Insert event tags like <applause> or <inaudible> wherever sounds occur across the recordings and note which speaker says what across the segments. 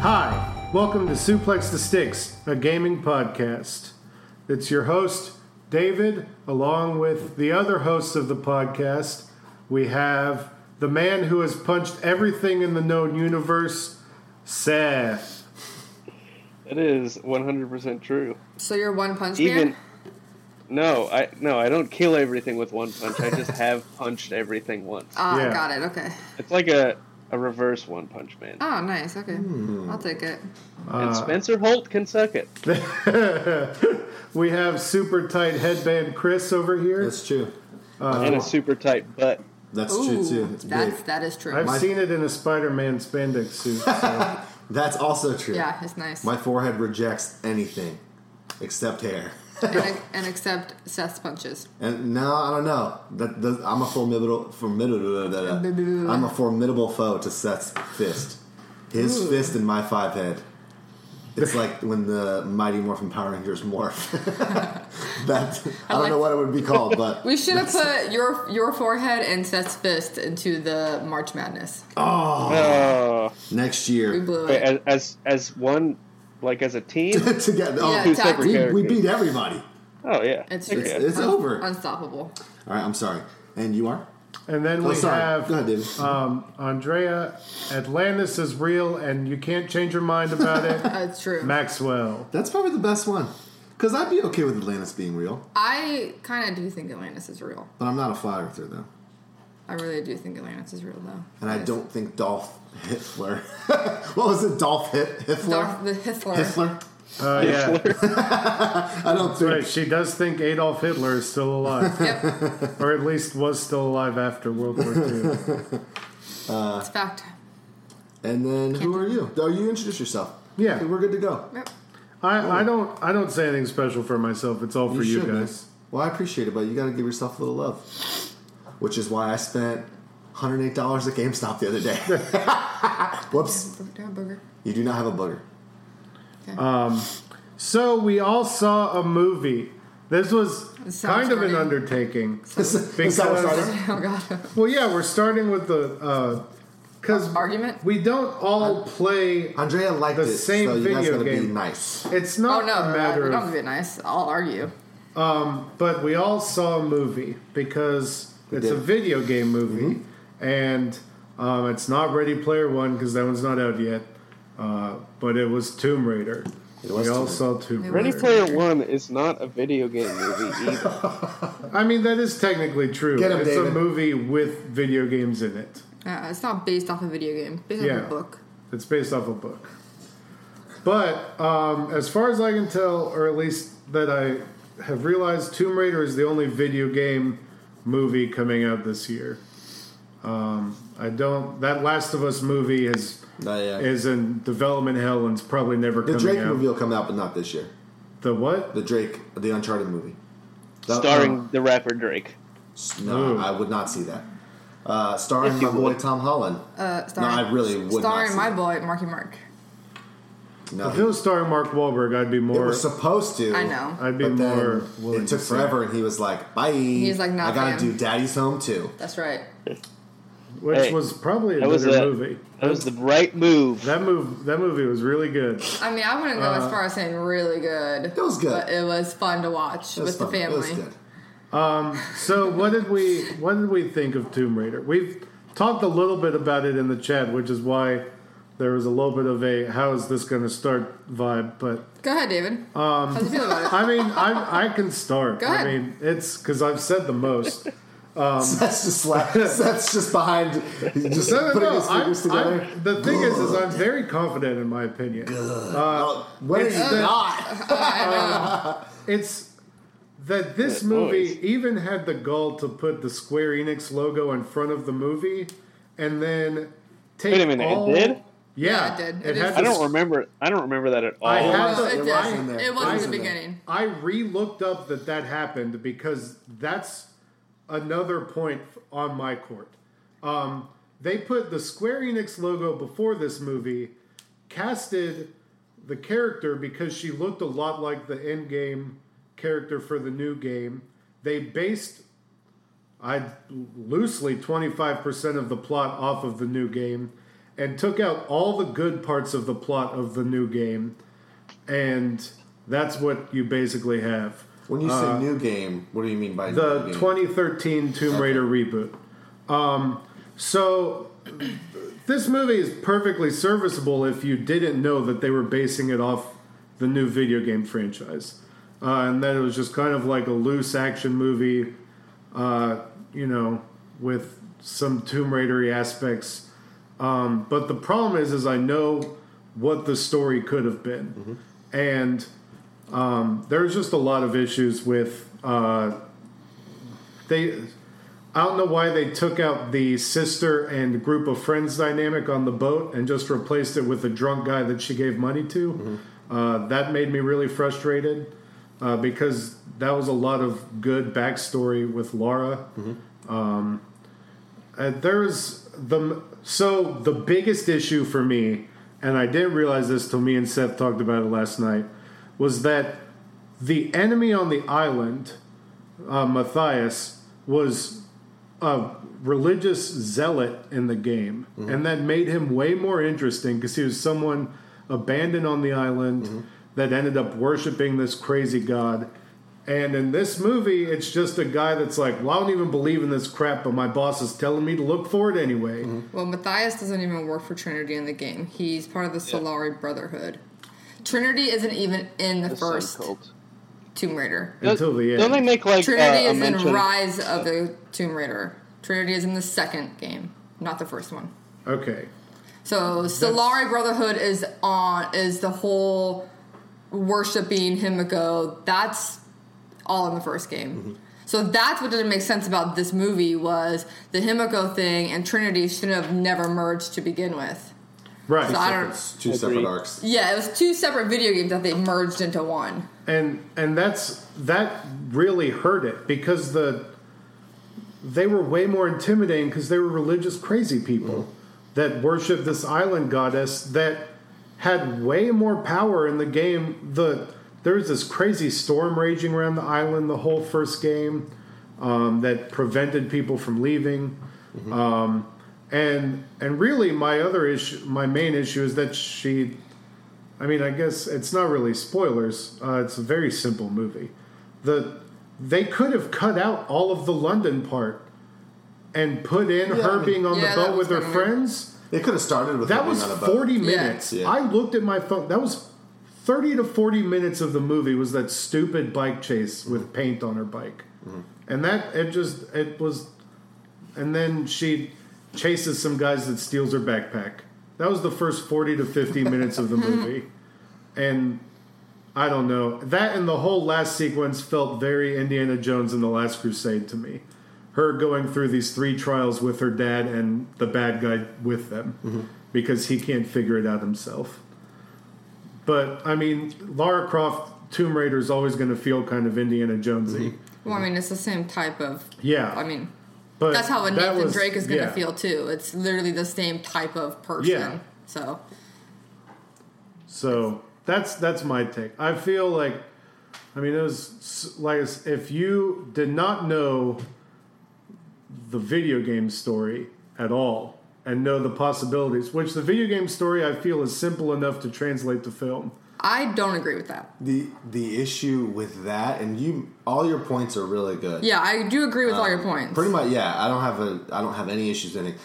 Speaker 1: Hi, welcome to Suplex the Sticks, a gaming podcast. It's your host, David, along with the other hosts of the podcast. We have the man who has punched everything in the known universe, Seth.
Speaker 2: It is 100% true.
Speaker 3: So you're one punch
Speaker 2: Even
Speaker 3: man.
Speaker 2: no, I no, I don't kill everything with one punch. I just
Speaker 4: <laughs>
Speaker 2: have punched everything once.
Speaker 3: Ah,
Speaker 1: Yeah.
Speaker 3: got it. Okay.
Speaker 2: It's like a a reverse one punch man.
Speaker 3: Oh, nice. Okay,
Speaker 4: Hmm.
Speaker 3: I'll take it.
Speaker 4: Uh,
Speaker 2: and Spencer Holt can suck it.
Speaker 1: we have super tight headband Chris over here.
Speaker 4: That's true.
Speaker 2: and a super tight butt.
Speaker 4: That's
Speaker 3: Ooh,
Speaker 4: true too. It's big.
Speaker 3: that's that is true.
Speaker 1: I've
Speaker 4: My-
Speaker 1: seen it in a Spider Man spandex
Speaker 4: <laughs>
Speaker 1: suit.
Speaker 4: That's also true.
Speaker 3: yeah, it's nice.
Speaker 4: My forehead rejects anything except hair. <laughs>
Speaker 3: and, and accept Seth's punches.
Speaker 4: And no, I don't know. That, that I'm a formidable, formidable. da- da- I'm a formidable foe to Seth's fist. His fist and my five head. It's like when the Mighty Morphin Power Rangers morph.
Speaker 3: <laughs>
Speaker 4: <laughs> that I don't know what it would be called, but
Speaker 3: We should have put your your forehead and Seth's fist into the March Madness.
Speaker 2: Oh,
Speaker 4: next
Speaker 3: We
Speaker 4: year
Speaker 3: blew
Speaker 2: wait,
Speaker 3: it.
Speaker 2: as, as as one, like as a
Speaker 4: <laughs>
Speaker 2: team.
Speaker 4: together.
Speaker 3: Yeah,
Speaker 4: Oh,
Speaker 2: Two
Speaker 3: tag
Speaker 2: separate
Speaker 3: team.
Speaker 4: we,
Speaker 2: characters.
Speaker 4: we beat everybody.
Speaker 2: oh yeah,
Speaker 3: It's
Speaker 2: Okay.
Speaker 4: It's, it's
Speaker 3: un-
Speaker 4: over. All
Speaker 3: Unstoppable.
Speaker 4: right, I'm sorry. And you are?
Speaker 1: And then
Speaker 4: Oh,
Speaker 1: we
Speaker 4: sorry.
Speaker 1: have
Speaker 4: Go ahead, David.
Speaker 1: Um, Andrea, Atlantis is real, and you can't change your mind about
Speaker 4: <laughs>
Speaker 1: it.
Speaker 3: That's Uh, true.
Speaker 1: Maxwell.
Speaker 4: That's probably the best one. Because I'd be okay with Atlantis being real,
Speaker 3: I kind of do think Atlantis is real.
Speaker 4: but I'm not a flat earther, though.
Speaker 3: I really do think Atlantis is real, though.
Speaker 4: And I
Speaker 3: Yes.
Speaker 4: don't think Dolph Hitler. <laughs> what was it? Dolph
Speaker 3: Darth
Speaker 4: Hit- Hitler?
Speaker 3: the Hitler.
Speaker 4: Hitler?
Speaker 1: Uh, yeah,
Speaker 4: I don't think.
Speaker 1: right. She does think Adolf Hitler is still alive,
Speaker 4: <laughs>
Speaker 3: Yep,
Speaker 1: or at least was still alive after World War II.
Speaker 3: it's fact.
Speaker 4: And then who are you? Oh, you introduce yourself.
Speaker 1: Yeah.
Speaker 4: Okay, we're good to go.
Speaker 3: Yep.
Speaker 1: I, I don't. I don't say anything special for myself. It's all for you,
Speaker 4: should, man.
Speaker 1: guys.
Speaker 4: Well, I appreciate it, but you got to give yourself a little love. Which is why I spent $108 at GameStop the other day. <laughs> Whoops.
Speaker 3: Down, booger. <laughs>
Speaker 4: You do not have a booger.
Speaker 1: So we all saw a movie. This was
Speaker 3: Sounds
Speaker 1: kind of an
Speaker 3: great. <laughs>
Speaker 1: undertaking.
Speaker 4: Is that what started?
Speaker 3: Oh god.
Speaker 1: Well, yeah, we're starting with the because
Speaker 3: Argument? Uh,
Speaker 1: We don't all play.
Speaker 4: Andrea liked
Speaker 1: The
Speaker 4: it,
Speaker 1: same
Speaker 4: so you guys
Speaker 1: video
Speaker 4: got to be
Speaker 1: game.
Speaker 4: nice.
Speaker 1: It's
Speaker 3: Oh
Speaker 1: not
Speaker 3: no,
Speaker 1: a
Speaker 3: matter
Speaker 1: matter
Speaker 3: we
Speaker 1: of
Speaker 3: don't give it nice. I'll argue.
Speaker 1: But we all saw a movie because it's
Speaker 4: did. Mm-hmm.
Speaker 1: a video game movie, and um, it's not Ready Player One because that one's not out yet. Uh, but it was Tomb Raider.
Speaker 4: It was
Speaker 1: we all
Speaker 4: Tomb
Speaker 1: saw Tomb
Speaker 3: It
Speaker 1: Raider.
Speaker 2: Ready Player One is not a video game movie either.
Speaker 1: I mean, that is technically true.
Speaker 4: Get 'em,
Speaker 1: it's a
Speaker 4: David.
Speaker 1: movie with video games in it.
Speaker 3: Uh, it's not based off a video game. Based
Speaker 1: Yeah.
Speaker 3: off a book.
Speaker 1: It's based off a book. But um, as far as I can tell, or at least that I have realized, Tomb Raider is the only video game movie coming out this year. Um, I don't. That Last of Us movie is
Speaker 4: Not yet.
Speaker 1: is in development hell and's probably never
Speaker 4: The
Speaker 1: coming
Speaker 4: Drake
Speaker 1: out.
Speaker 4: movie will come out, but not this year.
Speaker 1: The what?
Speaker 4: The Drake, the Uncharted movie, That-
Speaker 2: Starring the rapper Drake.
Speaker 4: No,
Speaker 1: Ooh.
Speaker 4: I would not see that. Uh, starring
Speaker 2: If you
Speaker 4: my boy
Speaker 2: would.
Speaker 4: Tom Holland.
Speaker 3: Uh, starring,
Speaker 4: I really would not
Speaker 3: Starring
Speaker 4: see
Speaker 3: my
Speaker 4: that.
Speaker 3: boy Marky Mark.
Speaker 4: no,
Speaker 1: If it was starring Mark Wahlberg, I'd be
Speaker 4: they
Speaker 1: more.
Speaker 4: were supposed to.
Speaker 3: I know.
Speaker 1: I'd be
Speaker 4: But then
Speaker 1: more. willing
Speaker 4: it took
Speaker 1: to see
Speaker 4: forever, and he was like, "Bye." He's
Speaker 3: like, "Nah,
Speaker 4: I gotta
Speaker 3: fam."
Speaker 4: do Daddy's Home too."
Speaker 3: That's right.
Speaker 1: which
Speaker 2: Hey,
Speaker 1: was probably a
Speaker 2: That was
Speaker 1: better
Speaker 2: the
Speaker 1: movie.
Speaker 2: That was the right move.
Speaker 1: That move. That movie was really good.
Speaker 3: I mean, I wouldn't go as far as saying really good. It
Speaker 4: Uh, was good.
Speaker 3: But it was fun to watch
Speaker 4: It
Speaker 3: with
Speaker 4: was
Speaker 3: the
Speaker 4: fun. It was
Speaker 3: family.
Speaker 4: good.
Speaker 1: So what did we what did we think of Tomb Raider? We've talked a little bit about it in the chat, which is why there was a little bit of a how is this going to start vibe. But
Speaker 3: Go ahead, David.
Speaker 4: Um,
Speaker 3: How do you feel
Speaker 4: <laughs>
Speaker 3: about it?
Speaker 1: I mean, I I can start.
Speaker 3: Go
Speaker 1: I
Speaker 3: ahead.
Speaker 1: mean, it's because I've said the most.
Speaker 4: <laughs> Seth's
Speaker 1: <laughs>
Speaker 4: just like Seth's just behind, he's just
Speaker 1: Um, No, no,
Speaker 4: putting
Speaker 1: no.
Speaker 4: his fingers
Speaker 1: I'm- I'm-
Speaker 4: together.
Speaker 1: the thing is, is I'm very confident in my opinion.
Speaker 4: oh, when
Speaker 1: it's
Speaker 4: is
Speaker 1: the- <laughs>
Speaker 4: not?
Speaker 1: It's that this
Speaker 2: That
Speaker 1: movie
Speaker 2: noise.
Speaker 1: even had the gall to put the Square Enix logo in front of the movie, and then take
Speaker 2: Wait a minute, it
Speaker 1: all-
Speaker 2: did?
Speaker 1: Yeah,
Speaker 3: Yeah, it did.
Speaker 1: It
Speaker 3: It
Speaker 1: had
Speaker 3: is-
Speaker 2: I
Speaker 1: the
Speaker 2: don't remember. I don't remember that at all.
Speaker 1: I had
Speaker 3: No,
Speaker 1: the-
Speaker 3: it,
Speaker 4: It
Speaker 3: did.
Speaker 4: was in there.
Speaker 3: It
Speaker 4: It
Speaker 3: was
Speaker 4: was
Speaker 3: in the
Speaker 4: in there.
Speaker 3: beginning.
Speaker 1: I re-looked up that that happened because that's another point on my court. Um, they put the Square Enix logo before this movie, casted the character because she looked a lot like the end game character for the new game. They based I loosely 25% of the plot off of the new game and took out all the good parts of the plot of the new game, and that's what you basically have.
Speaker 4: When you say new game, what do you mean by
Speaker 1: Uh, The
Speaker 4: new game?
Speaker 1: 2013 Tomb Raider reboot. Um, so this movie is perfectly serviceable if you didn't know that they were basing it off the new video game franchise, uh, and that it was just kind of like a loose action movie, uh, you know, with some Tomb Raidery aspects. Um, but the problem is, is I know what the story could have been, and um, there's just a lot of issues with uh, they. I don't know why they took out the sister and group of friends dynamic on the boat and just replaced it with the drunk guy that she gave money to. Uh, that made me really frustrated uh, because that was a lot of good backstory with Laura. Um, Uh, there's the so the biggest issue for me, and I didn't realize this till me and Seth talked about it last night, was that the enemy on the island, uh, Matthias, was a religious zealot in the game, and that made him way more interesting because he was someone abandoned on the island that ended up worshiping this crazy god. And in this movie, it's just a guy that's like, well, I don't even believe in this crap, but my boss is telling me to look for it anyway.
Speaker 3: Well, Matthias doesn't even work for Trinity in the game. He's part of the Solari Brotherhood. Trinity isn't even in the,
Speaker 2: The Sun
Speaker 3: first
Speaker 2: Cult.
Speaker 3: Tomb Raider.
Speaker 1: Until the
Speaker 2: Don't they
Speaker 1: end.
Speaker 2: make like
Speaker 3: Trinity
Speaker 2: uh, a
Speaker 3: is in
Speaker 2: mention?
Speaker 3: Rise of the Tomb Raider. Trinity is in the second game, not the first one.
Speaker 1: Okay.
Speaker 3: So Solari Brotherhood is on is the whole worshiping Himiko. That's all in the first game. So that's what didn't make sense about this movie was the Himiko thing and Trinity should have never merged to begin with.
Speaker 1: Right.
Speaker 3: So I don't-
Speaker 4: It's two separate
Speaker 2: Agreed.
Speaker 4: arcs.
Speaker 3: Yeah, it was two separate video games that they merged into one.
Speaker 1: and and that's that really hurt it because the they were way more intimidating because they were religious crazy people that worshiped this island goddess that had way more power in the game the there was this crazy storm raging around the island the whole first game um, that prevented people from leaving
Speaker 4: Mm-hmm.
Speaker 1: um, and and really my other issue my main issue is that she I mean, I guess it's not really spoilers. Uh, it's a very simple movie. The they could have cut out all of the London part and put in
Speaker 4: Yeah, I
Speaker 1: her
Speaker 4: mean-
Speaker 1: being on
Speaker 3: Yeah,
Speaker 1: the
Speaker 3: that
Speaker 1: boat
Speaker 3: was
Speaker 1: with her
Speaker 3: kinda weird.
Speaker 1: friends.
Speaker 4: They could have started with
Speaker 1: That
Speaker 4: her
Speaker 1: was
Speaker 4: being on a boat.
Speaker 1: forty
Speaker 3: Yeah.
Speaker 1: minutes.
Speaker 4: Yeah.
Speaker 1: I looked at my phone. That was thirty to forty minutes of the movie was that stupid bike chase with paint on her bike,
Speaker 4: Mm-hmm.
Speaker 1: and that it just it was, and then she chases some guys that steals her backpack. That was the first forty to fifty minutes
Speaker 3: <laughs>
Speaker 1: of the movie, and I don't know. That and the whole last sequence felt very Indiana Jones and the Last Crusade to me. Her going through these three trials with her dad and the bad guy with them because he can't figure it out himself. But I mean, Lara Croft Tomb Raider is always going to feel kind of Indiana Jonesy.
Speaker 3: Well, I mean, it's the same type of.
Speaker 1: Yeah,
Speaker 3: I mean,
Speaker 1: but
Speaker 3: that's how a
Speaker 1: that
Speaker 3: Nathan
Speaker 1: was-
Speaker 3: Drake is going to
Speaker 1: yeah.
Speaker 3: feel too. It's literally the same type of person.
Speaker 1: Yeah.
Speaker 3: So
Speaker 1: So that's that's my take. I feel like, I mean, it was s- like if you did not know the video game story at all and know the possibilities, which the video game story I feel is simple enough to translate to film.
Speaker 3: I don't agree with that.
Speaker 4: The the issue with that, and you, all your points are really good.
Speaker 3: Yeah, I do agree with all your points.
Speaker 4: Um, Pretty much, yeah. I don't have a, I don't have any issues with anything.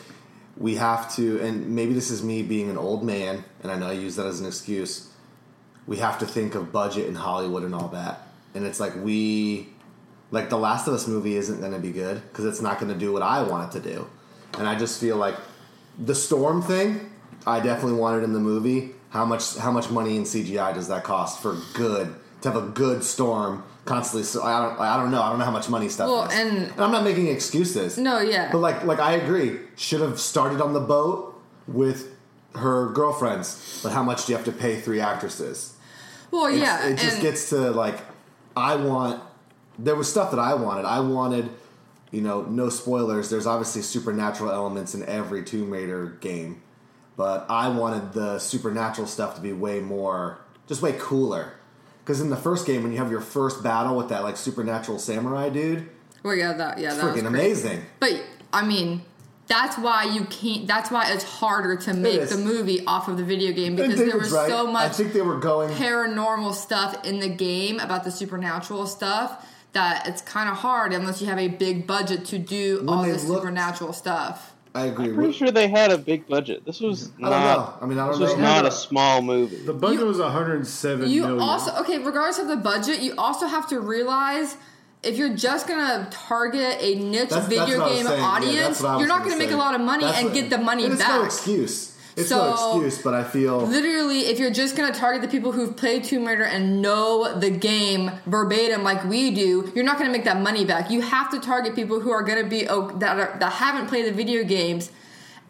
Speaker 4: We have to, and maybe this is me being an old man, and I know I use that as an excuse. We have to think of budget and Hollywood and all that, and it's like we, like the Last of Us movie isn't going to be good because it's not going to do what I want it to do, and I just feel like the storm thing. I definitely wanted in the movie. How much? How much money in CGI does that cost for good to have a good storm constantly? So I don't. I don't know. I don't know how much money stuff.
Speaker 3: Well,
Speaker 4: is.
Speaker 3: and-
Speaker 4: I'm not making excuses.
Speaker 3: No, yeah.
Speaker 4: But like like I agree. Should have started on the boat with her girlfriends. But how much do you have to pay three actresses?
Speaker 3: well,
Speaker 4: It's-
Speaker 3: yeah,
Speaker 4: It just
Speaker 3: and-
Speaker 4: gets to like I want there was stuff that I wanted. I wanted you know, no spoilers. There's obviously supernatural elements in every Tomb Raider game, but I wanted the supernatural stuff to be way more, just way cooler. Because in the first game, when you have your first battle with that like supernatural samurai dude,
Speaker 3: Well, yeah, that yeah, that was
Speaker 4: freaking amazing.
Speaker 3: But I mean, That's why you can't. That's why it's harder to make
Speaker 4: is.
Speaker 3: the movie off of the video game because
Speaker 4: And
Speaker 3: there was
Speaker 4: David's right.
Speaker 3: so
Speaker 4: I
Speaker 3: much
Speaker 4: think they were going.
Speaker 3: paranormal stuff in the game about the supernatural stuff that it's kind of hard unless you have a big budget to do all
Speaker 4: they
Speaker 3: this
Speaker 4: looked-
Speaker 3: supernatural stuff.
Speaker 4: I agree.
Speaker 2: Pretty sure they had a big budget. This was
Speaker 4: I don't know.
Speaker 2: not.
Speaker 4: I mean, I don't
Speaker 2: This
Speaker 4: know.
Speaker 2: was not a small movie.
Speaker 1: The budget
Speaker 3: You-
Speaker 1: was 107
Speaker 3: You
Speaker 1: million.
Speaker 3: also okay, regardless of the budget, you also have to realize if you're just gonna target a niche
Speaker 4: That's- that's
Speaker 3: video
Speaker 4: what I was
Speaker 3: game
Speaker 4: saying. Yeah,
Speaker 3: audience,
Speaker 4: that's what I was
Speaker 3: you're not gonna make
Speaker 4: say.
Speaker 3: a lot of money
Speaker 4: That's
Speaker 3: and
Speaker 4: what-
Speaker 3: get the money
Speaker 4: and it's
Speaker 3: back.
Speaker 4: no excuse. It's
Speaker 3: So-
Speaker 4: no excuse, but I feel
Speaker 3: Literally, if you're just gonna target the people who've played Tomb Raider and know the game verbatim like we do, you're not gonna make that money back. You have to target people who are gonna be oh, that are, that haven't played the video games,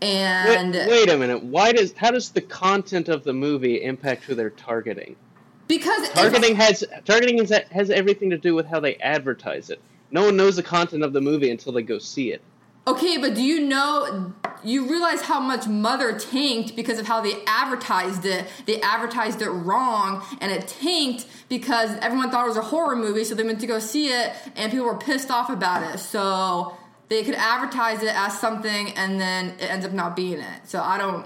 Speaker 2: Wait-
Speaker 3: and
Speaker 2: wait, a minute. Why does how does the content of the movie impact who they're targeting?
Speaker 3: because if-
Speaker 2: Targeting has targeting is, has everything to do with how they advertise it. No one knows the content of the movie until they go see it.
Speaker 3: Okay, but do you know? You realize how much Mother tanked because of how they advertised it. They advertised it wrong, and it tanked because everyone thought it was a horror movie, so they went to go see it, and people were pissed off about it. So they could advertise it as something, and then it ends up not being it. So I don't,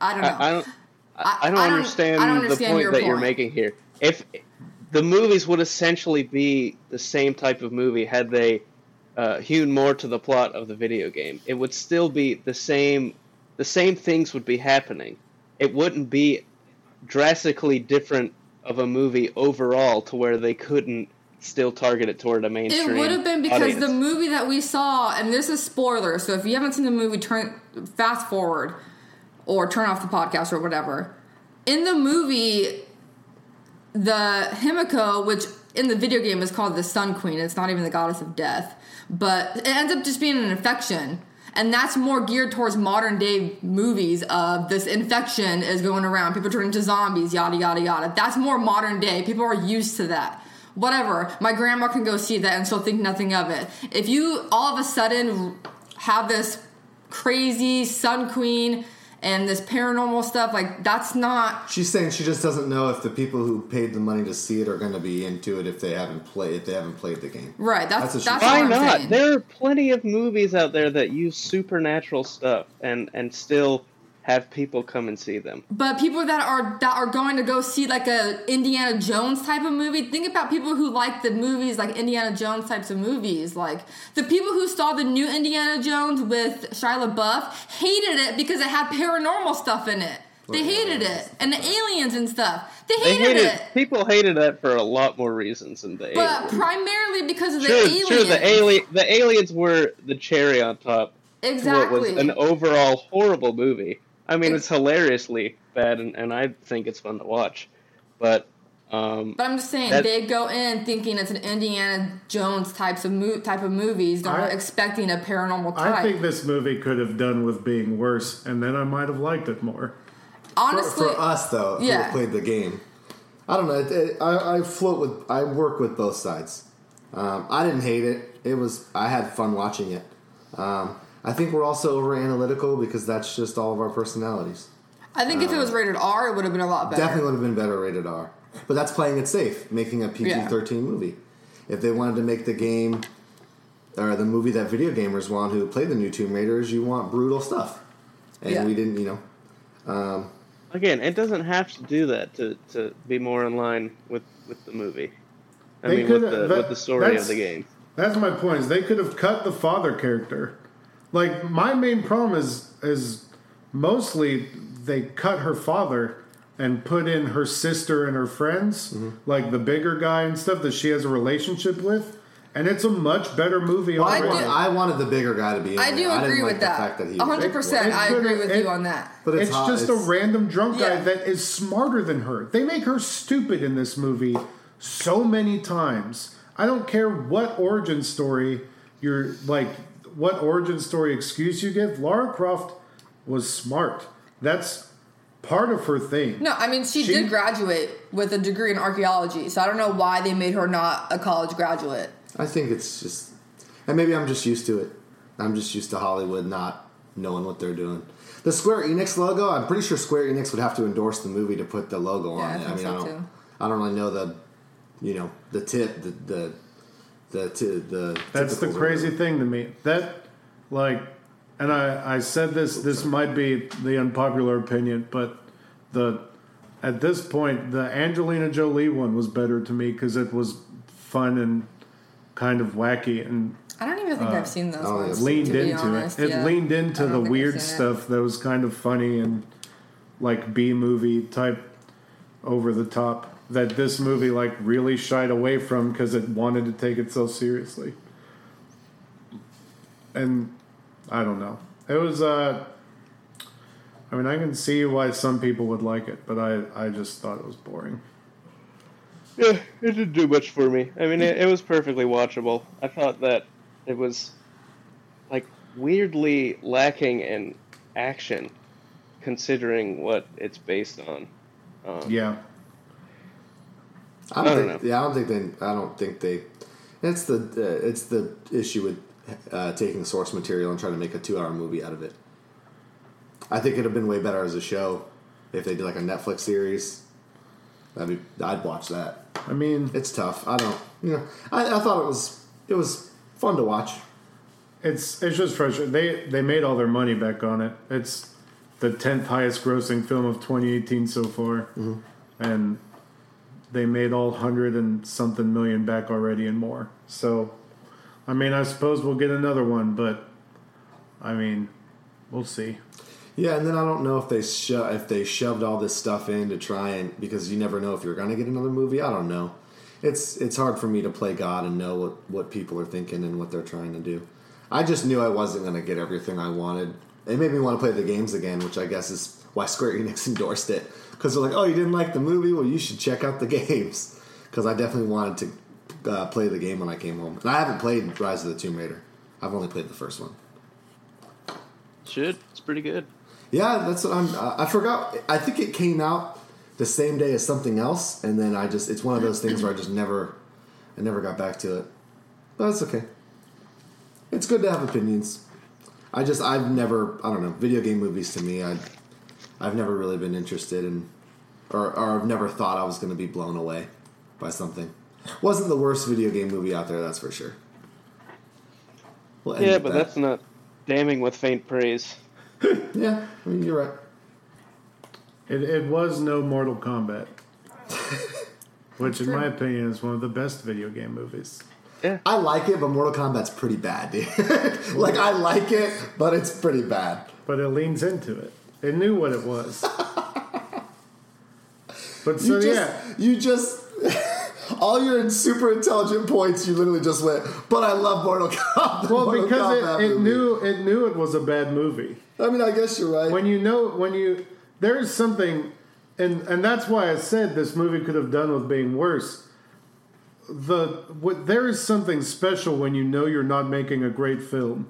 Speaker 3: I don't know.
Speaker 2: I, I don't. I,
Speaker 3: I-
Speaker 2: I don't
Speaker 3: I don't-
Speaker 2: understand,
Speaker 3: I don't understand
Speaker 2: the point
Speaker 3: your
Speaker 2: that you're
Speaker 3: point.
Speaker 2: making here. If the movies would essentially be the same type of movie had they uh, hewn more to the plot of the video game, it would still be the same. The same things would be happening. It wouldn't be drastically different of a movie overall to where they couldn't still target it toward a mainstream.
Speaker 3: It would have been because
Speaker 2: audience.
Speaker 3: the movie that we saw, and this is spoiler, so if you haven't seen the movie, turn fast forward or turn off the podcast or whatever. In the movie, the Himiko, which in the video game is called the Sun Queen, it's not even the goddess of death, but it ends up just being an infection. And that's more geared towards modern day movies of this infection is going around, people turn into zombies, yada, yada, yada. That's more modern day. People are used to that. Whatever. My grandma can go see that and she'll think nothing of it. If you all of a sudden have this crazy Sun Queen and this paranormal stuff, like that's not
Speaker 4: she's saying she just doesn't know if the people who paid the money to see it are going to be into it if they haven't played if they haven't played the game.
Speaker 3: Right. That's
Speaker 4: That's
Speaker 3: that's,
Speaker 4: a
Speaker 3: that's
Speaker 2: Why
Speaker 3: all I'm
Speaker 2: not?
Speaker 3: saying.
Speaker 2: There are plenty of movies out there that use supernatural stuff and and still have people come and see them.
Speaker 3: But people that are that are going to go see like a Indiana Jones type of movie, think about people who like the movies like Indiana Jones types of movies. Like the people who saw the new Indiana Jones with Shia LaBeouf hated it because it had paranormal stuff in it. They hated it. And the aliens and stuff. They
Speaker 2: They
Speaker 3: hated,
Speaker 2: hated
Speaker 3: it.
Speaker 2: people hated that for a lot more reasons than the
Speaker 3: But
Speaker 2: aliens.
Speaker 3: primarily because of the
Speaker 2: Sure,
Speaker 3: aliens.
Speaker 2: sure, the alien the aliens were the cherry on top. to What was
Speaker 3: Exactly.
Speaker 2: an overall horrible movie. I mean,
Speaker 3: Ex-
Speaker 2: it's hilariously bad, and, and I think it's fun to watch, but um,
Speaker 3: But I'm just saying
Speaker 2: That-
Speaker 3: they go in thinking it's an Indiana Jones types of mo- type of movies. They're
Speaker 1: I-
Speaker 3: not expecting a paranormal type.
Speaker 1: I think this movie could have done with being worse, and then I might have liked it more.
Speaker 4: For,
Speaker 3: Honestly,
Speaker 4: for us though,
Speaker 3: Yeah.
Speaker 4: who played the game, I don't know. It, it, I, I float with I work with both sides. Um, I didn't hate it. It was I had fun watching it. Um, I think we're also over analytical because that's just all of our personalities.
Speaker 3: I think if it was rated R, it would have been a lot better.
Speaker 4: Um, Definitely would have been better rated R. But that's playing it safe, making a PG thirteen movie. If they wanted to make the game or the movie that video gamers want who play the new Tomb Raiders, you want brutal stuff. And
Speaker 3: Yeah.
Speaker 4: we didn't, you know.
Speaker 2: again, it doesn't have to do that to, to be more in line with, with the movie. I
Speaker 1: They
Speaker 2: mean, with
Speaker 1: could-
Speaker 2: the,
Speaker 1: that-
Speaker 2: with the story
Speaker 1: that's-
Speaker 2: of the game.
Speaker 1: That's my point. Is they could have cut the father character. Like my main problem is is mostly they cut her father and put in her sister and her friends, like the bigger guy and stuff that she has a relationship with, and it's a much better movie.
Speaker 4: I,
Speaker 1: already.
Speaker 4: want- I wanted the bigger guy to be. In
Speaker 3: I
Speaker 4: there.
Speaker 3: do
Speaker 4: didn't
Speaker 3: agree
Speaker 4: like
Speaker 3: with
Speaker 4: the
Speaker 3: that.
Speaker 4: fact that he was
Speaker 3: hundred percent,
Speaker 1: It
Speaker 3: I
Speaker 1: could-
Speaker 3: agree with
Speaker 1: it-
Speaker 3: you on that.
Speaker 4: But
Speaker 1: it's,
Speaker 4: it's, hot.
Speaker 1: just a
Speaker 4: It's-
Speaker 1: random drunk guy
Speaker 3: Yeah.
Speaker 1: that is smarter than her. They make her stupid in this movie so many times. I don't care what origin story you're like, what origin story excuse you give. Lara Croft was smart. That's part of her thing.
Speaker 3: No, I mean she,
Speaker 1: She-
Speaker 3: did graduate with a degree in archaeology, so I don't know why they made her not a college graduate.
Speaker 4: I think it's just, and maybe I'm just used to it. I'm just used to Hollywood not knowing what they're doing. The Square Enix logo. I'm pretty sure Square Enix would have to endorse the movie to put the logo
Speaker 3: Yeah, I
Speaker 4: on it. I
Speaker 3: think
Speaker 4: mean,
Speaker 3: so,
Speaker 4: I don't,
Speaker 3: too.
Speaker 4: I don't really know the, you know, the tip, the the the t- the.
Speaker 1: That's the
Speaker 4: typicals or
Speaker 1: crazy thing to me. That like and I, I said this this might be the unpopular opinion, but the at this point the Angelina Jolie one was better to me because it was fun and kind of wacky and
Speaker 3: I don't even think I've seen those
Speaker 4: oh,
Speaker 3: ones.
Speaker 4: it
Speaker 1: Uh, leaned
Speaker 3: to be
Speaker 1: into
Speaker 3: honest,
Speaker 1: it. It
Speaker 3: yeah.
Speaker 1: leaned
Speaker 3: I
Speaker 1: into
Speaker 3: don't
Speaker 1: the
Speaker 3: think I've
Speaker 1: weird
Speaker 3: seen it.
Speaker 1: stuff that was kind of funny and like B movie type over the top that this movie like really shied away from because it wanted to take itself seriously. And I don't know. It was uh I mean I can see why some people would like it, but I I just thought it was boring.
Speaker 2: Yeah, it didn't do much for me. I mean, it, it was perfectly watchable. I thought that it was like weirdly lacking in action, considering what it's based on. Um,
Speaker 1: Yeah.
Speaker 4: I
Speaker 2: I
Speaker 4: don't
Speaker 2: don't
Speaker 4: think. Yeah, I don't think they. I don't think they. It's the uh, it's the issue with uh, taking source material and trying to make a two hour movie out of it. I think it'd have been way better as a show if they did like a Netflix series. I mean, I'd watch that.
Speaker 1: I mean
Speaker 4: It's tough. I don't. You know, I, I thought it was it was fun to watch.
Speaker 1: It's it's just frustrating. They they made all their money back on it. It's the tenth highest grossing film of 2018 so far, and they made all hundred and something million back already and more. So, I mean, I suppose we'll get another one, but I mean, we'll see.
Speaker 4: Yeah, and then I don't know if they sho- if they shoved all this stuff in to try and because you never know if you're gonna get another movie. I don't know. It's it's hard for me to play God and know what what people are thinking and what they're trying to do. I just knew I wasn't gonna get everything I wanted. It made me want to play the games again, which I guess is why Square Enix <laughs> endorsed it because they're like, oh, you didn't like the movie? Well, you should check out the <laughs> games because I definitely wanted to uh, play the game when I came home. And I haven't played Rise of the Tomb Raider. I've only played the first one.
Speaker 2: Should it's pretty good.
Speaker 4: Yeah, that's what I'm. I I forgot. I think it came out the same day as something else, and then I just. It's one of those things where I just never, I never got back to it. But it's okay. It's good to have opinions. I just I've never I don't know video game movies to me I, I've never really been interested in, or or I've never thought I was going to be blown away by something. Wasn't the worst video game movie out there, that's for sure. We'll end
Speaker 2: Yeah,
Speaker 4: with
Speaker 2: but
Speaker 4: that.
Speaker 2: that's not damning with faint praise.
Speaker 4: yeah. I mean, you're right.
Speaker 1: It it was no Mortal Kombat, which in my opinion is one of the best video game movies.
Speaker 4: I like it, but Mortal Kombat's pretty bad, dude. <laughs> like I like it, but it's pretty bad.
Speaker 1: but it leans into it. It knew what it was.
Speaker 4: <laughs>
Speaker 1: but so
Speaker 4: you just,
Speaker 1: yeah,
Speaker 4: you just <laughs> all your super intelligent points. You literally just went, but I love Mortal Kombat. <laughs>
Speaker 1: well,
Speaker 4: Mortal
Speaker 1: because
Speaker 4: Kombat
Speaker 1: it, it
Speaker 4: movie."
Speaker 1: knew it knew it was a bad movie.
Speaker 4: I mean, I guess you're right.
Speaker 1: When you know when you there is something, and and that's why I said this movie could have done with being worse. The what there is something special when you know you're not making a great film,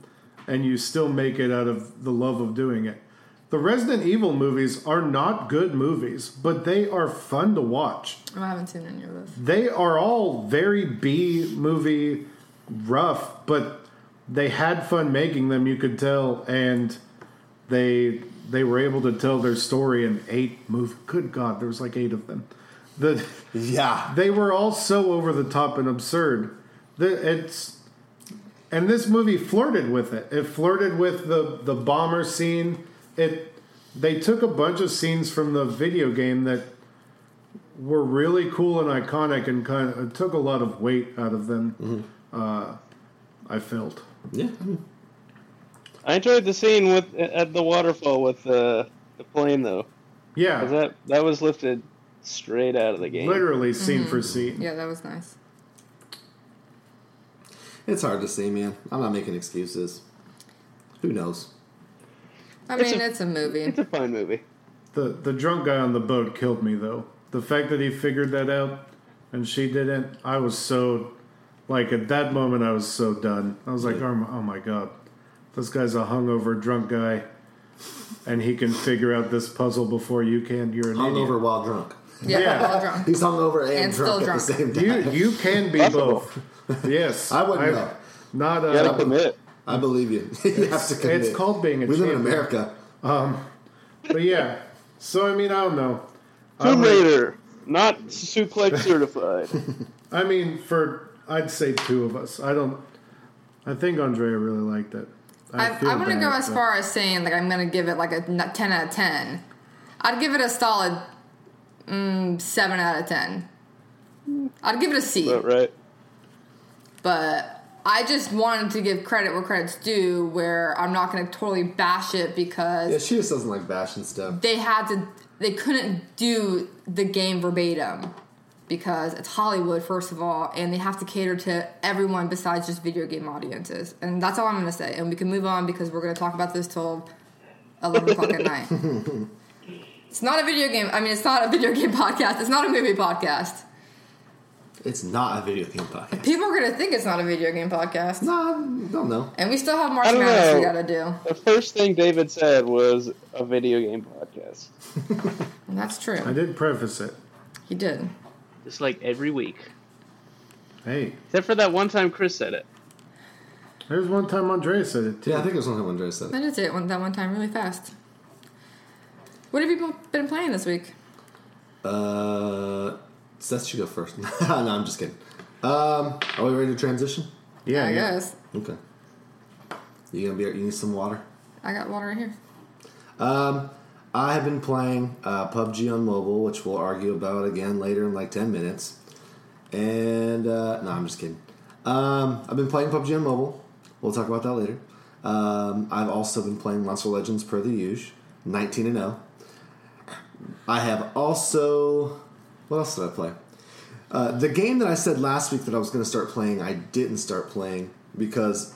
Speaker 1: and you still make it out of the love of doing it. The Resident Evil movies are not good movies, but they are fun to watch.
Speaker 3: Oh, I haven't seen any of those.
Speaker 1: they are all very B movie rough, but they had fun making them. You could tell, and they they were able to tell their story in eight move. Good God, there was like eight of them. The
Speaker 4: yeah,
Speaker 1: they were all so over the top and absurd. The- It's and this movie flirted with it. It flirted with the the bomber scene. It they took a bunch of scenes from the video game that were really cool and iconic and kind of took a lot of weight out of them. Uh, I felt.
Speaker 4: yeah.
Speaker 2: I enjoyed the scene with at the waterfall with uh, the plane though.
Speaker 1: Yeah,
Speaker 2: 'Cause that that was lifted straight out of the game.
Speaker 1: literally scene for scene.
Speaker 3: Yeah, that was nice.
Speaker 4: It's hard to say, man. I'm not making excuses. Who knows?
Speaker 3: I
Speaker 2: It's
Speaker 3: mean,
Speaker 2: a-
Speaker 3: it's a movie.
Speaker 2: It's a fine movie.
Speaker 1: The the drunk guy on the boat killed me though. The fact that he figured that out and she didn't, I was so like at that moment I was so done. I was like, oh, my, oh my god, this guy's a hungover drunk guy, and he can figure out this puzzle before you can. You're an
Speaker 4: Hungover while drunk.
Speaker 3: yeah,
Speaker 1: yeah.
Speaker 3: all drunk.
Speaker 4: He's hungover and,
Speaker 3: And
Speaker 4: drunk
Speaker 3: still
Speaker 4: at the
Speaker 3: drunk.
Speaker 4: same time.
Speaker 1: idiot. You you can be
Speaker 2: Possible.
Speaker 1: both. Yes,
Speaker 4: <laughs> I wouldn't
Speaker 1: I'm
Speaker 4: know.
Speaker 1: Not
Speaker 2: You gotta
Speaker 1: uh,
Speaker 2: commit.
Speaker 4: I believe you. <laughs> you have to commit.
Speaker 1: it's called being a
Speaker 4: We live in
Speaker 1: champion. Um,
Speaker 4: America.
Speaker 1: but yeah. So I mean, I don't know.
Speaker 2: Tomb Raider, not
Speaker 4: <laughs>
Speaker 2: suplex certified.
Speaker 1: I mean, for I'd say two of us. I don't. I think Andrea really liked it.
Speaker 3: I,
Speaker 1: feel
Speaker 3: I'm gonna
Speaker 1: bad,
Speaker 3: go as
Speaker 1: but-
Speaker 3: far as saying like I'm gonna give it like a n- ten out of ten. I'd give it a solid mm, seven out of ten. I'd give it a C,
Speaker 2: About right.
Speaker 3: but I just wanted to give credit where credit's due. Where I'm not gonna totally bash it because
Speaker 4: Yeah, she just doesn't like bashing stuff.
Speaker 3: they had to they couldn't do the game verbatim because it's Hollywood first of all and they have to cater to everyone besides just video game audiences and that's all I'm gonna say and we can move on because we're gonna talk about this till 11 o'clock
Speaker 2: <laughs>
Speaker 3: at night it's not a video game I mean it's not a video game podcast it's not a movie podcast
Speaker 4: It's not a video game podcast.
Speaker 3: people are gonna think it's not a video game podcast
Speaker 4: No, I don't know.
Speaker 3: and we still have March
Speaker 2: I don't
Speaker 3: Madness we
Speaker 2: know.
Speaker 3: gotta do
Speaker 2: The first thing David said was a video game podcast.
Speaker 3: and that's
Speaker 1: I
Speaker 3: true
Speaker 1: did preface it.
Speaker 3: he did
Speaker 2: Just like every week.
Speaker 1: Hey,
Speaker 2: Except for that one time Chris said it.
Speaker 1: there's one time Andrea said it too.
Speaker 4: Yeah, I think it was something Andre said.
Speaker 3: I did say it one, that one time really fast. What have you been- been playing this week?
Speaker 4: Uh, Seth should go first. <laughs> no, I'm just kidding. Um, are we ready to transition?
Speaker 1: Yeah,
Speaker 3: I
Speaker 1: Uh, yeah.
Speaker 3: guess
Speaker 4: Okay. You gonna be? You need some water.
Speaker 3: I got water right here.
Speaker 4: Um, I have been playing uh, PUBG on mobile, which we'll argue about again later in like 10 minutes. And, uh, no, I'm just kidding. Um, I've been playing PUBG on mobile. We'll talk about that later. Um, I've also been playing Monster Legends per the usual, 19 and 0. I have also. What else did I play? Uh, the game that I said last week that I was going to start playing, I didn't start playing because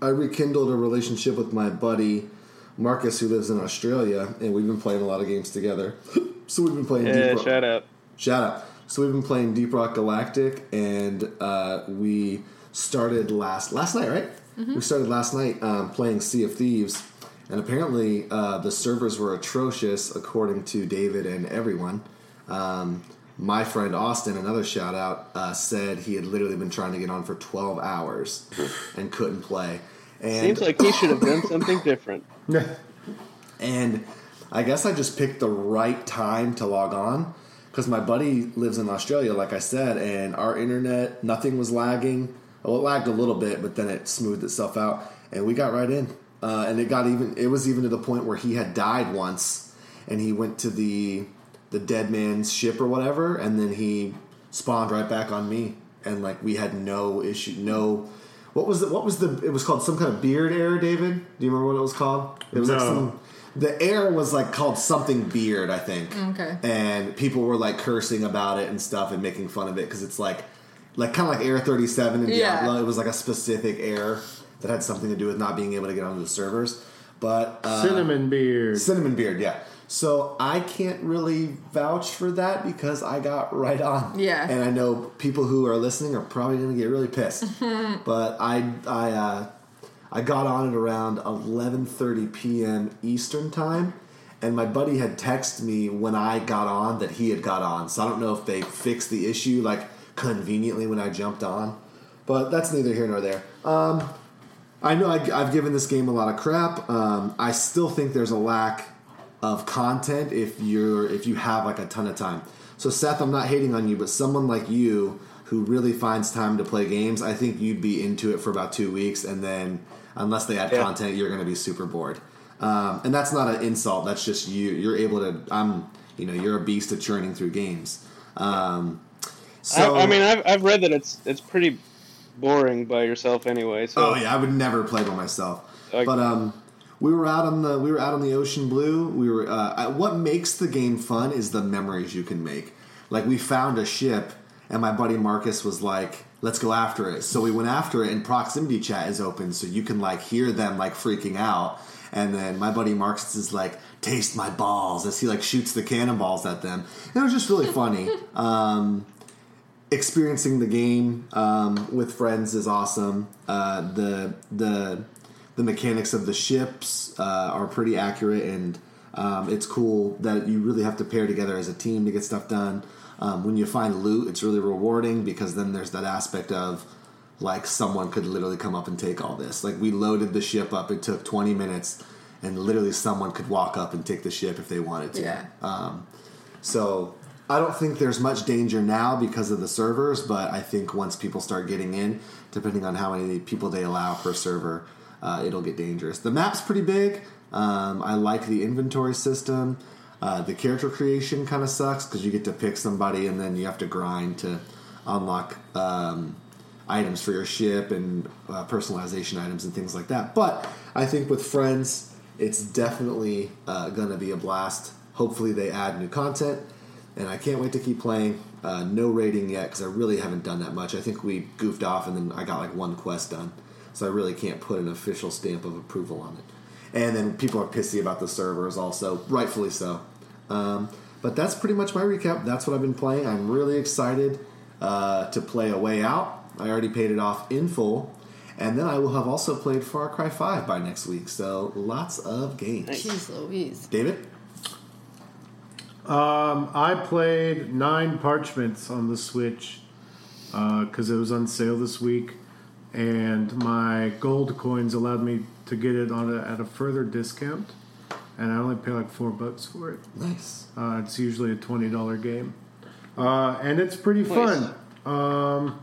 Speaker 4: I rekindled a relationship with my buddy Marcus, who lives in Australia, and we've been playing a lot of games together. <laughs> so we've been playing.
Speaker 2: Yeah,
Speaker 4: Rock-
Speaker 2: shut up.
Speaker 4: Shout out. So we've been playing Deep Rock Galactic, and uh, we started last last night, right? We started last night um, playing Sea of Thieves, and apparently uh, the servers were atrocious, according to David and everyone. Um, my friend Austin, another shout out, uh, said he had literally been trying to get on for twelve hours and couldn't play. And
Speaker 2: Seems like he should have done something different.
Speaker 4: and I guess I just picked the right time to log on because my buddy lives in Australia, like I said, and our internet, nothing was lagging. Well, it lagged a little bit, but then it smoothed itself out, and we got right in. Uh, and it got even. It was even to the point where he had died once, and he went to the the dead man's ship or whatever, and then he spawned right back on me, and like we had no issue, no. What was the, what was the it was called some kind of beard error, David? Do you remember what it was called? It was like
Speaker 1: No.
Speaker 4: some the air was like called something beard, I think.
Speaker 3: Mm, Okay.
Speaker 4: And people were like cursing about it and stuff and making fun of it because it's like, like kind of like Air 37 in
Speaker 3: Yeah.
Speaker 4: Diablo. It was like a specific air that had something to do with not being able to get onto the servers. But
Speaker 1: <laughs>
Speaker 4: uh,
Speaker 1: Cinnamon beard.
Speaker 4: cinnamon beard, yeah. So I can't really vouch for that because I got right on.
Speaker 3: Yeah.
Speaker 4: And I know people who are listening are probably going to get really pissed. but I I uh, I got on at around 11:30 p.m. Eastern time. And my buddy had texted me when I got on that he had got on. So I don't know if they fixed the issue like conveniently when I jumped on. But that's neither here nor there. I know I, I've given this game a lot of crap. Um, I still think there's a lack of content if you're if you have like a ton of time. So Seth, I'm not hating on you, but someone like you who really finds time to play games, I think you'd be into it for about two weeks, and then unless they add
Speaker 2: Yeah.
Speaker 4: content, you're going to be super bored. Um, and that's not an insult. That's just you. You're able to. I'm. You know, you're a beast at churning through games. Um, so
Speaker 2: I, I mean, I've, I've read that it's it's pretty boring by yourself anyway. So
Speaker 4: Oh yeah, I would never play by myself.
Speaker 2: I-
Speaker 4: but um, we were out on the we were out on the ocean blue. We were uh, I- what makes the game fun is the memories you can make. Like we found a ship, and my buddy Marcus was like, "Let's go after it." So we went after it, and proximity chat is open, so you can like hear them like freaking out. And then my buddy Marcus is like, "Taste my balls," as he like shoots the cannonballs at them. And it was just really funny. Um, experiencing the game um, with friends is awesome. Uh, the the the mechanics of the ships uh, are pretty accurate, and um, it's cool that you really have to pair together as a team to get stuff done. Um, when you find loot, it's really rewarding because then there's that aspect of like someone could literally come up and take all this. Like we loaded the ship up, it took 20 minutes, and literally someone could walk up and take the ship if they wanted to.
Speaker 3: Yeah.
Speaker 1: Uh,
Speaker 4: So I don't think there's much danger now because of the servers, but I think once people start getting in, depending on how many people they allow per server, uh, it'll get dangerous. The map's pretty big. Um, I like the inventory system. Uh, the character creation kind of sucks because you get to pick somebody and then you have to grind to unlock um, items for your ship and uh, personalization items and things like that. But I think with friends, it's definitely uh, going to be a blast. Hopefully, they add new content, and I can't wait to keep playing. Uh, no rating yet because I really haven't done that much. I think we goofed off, and then I got like one quest done, so I really can't put an official stamp of approval on it. And then people are pissy about the servers, also rightfully so. Um, but that's pretty much my recap. That's what I've been playing. I'm really excited uh, to play A Way Out. I already paid it off in full. And then I will have also played Far Cry 5 by next week. So lots of games.
Speaker 3: Jeez Louise.
Speaker 4: David?
Speaker 1: Um, I played Nine Parchments on the Switch because it was on sale this week, and my gold coins allowed me to get it on a, at a further discount, and I only pay like four bucks for it.
Speaker 4: Nice.
Speaker 1: Uh, it's usually a twenty dollar game, uh, and it's pretty fun. Um,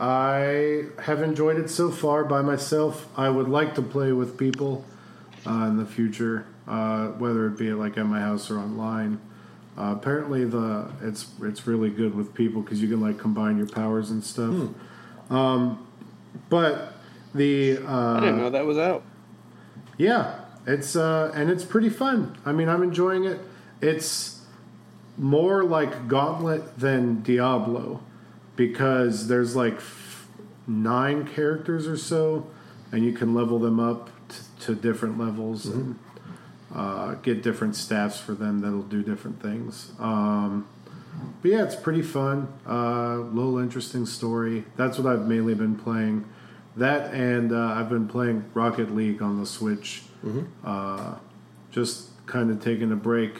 Speaker 1: I have enjoyed it so far by myself. I would like to play with people uh, in the future, uh, whether it be like at my house or online. Uh, apparently, the it's it's really good with people because you can like combine your powers and stuff. Um, but the
Speaker 2: Hmm. I
Speaker 1: uh,
Speaker 2: didn't know that was out.
Speaker 1: yeah, it's uh, and it's pretty fun. I mean, I'm enjoying it. It's more like Gauntlet than Diablo because there's like f- nine characters or so, and you can level them up t- to different levels and uh, get different staffs for them that'll do different things. Um, but yeah, it's pretty fun. Uh, little interesting story. That's what I've mainly been playing. That and uh, I've been playing Rocket League on the Switch. Uh, just kind of taking a break.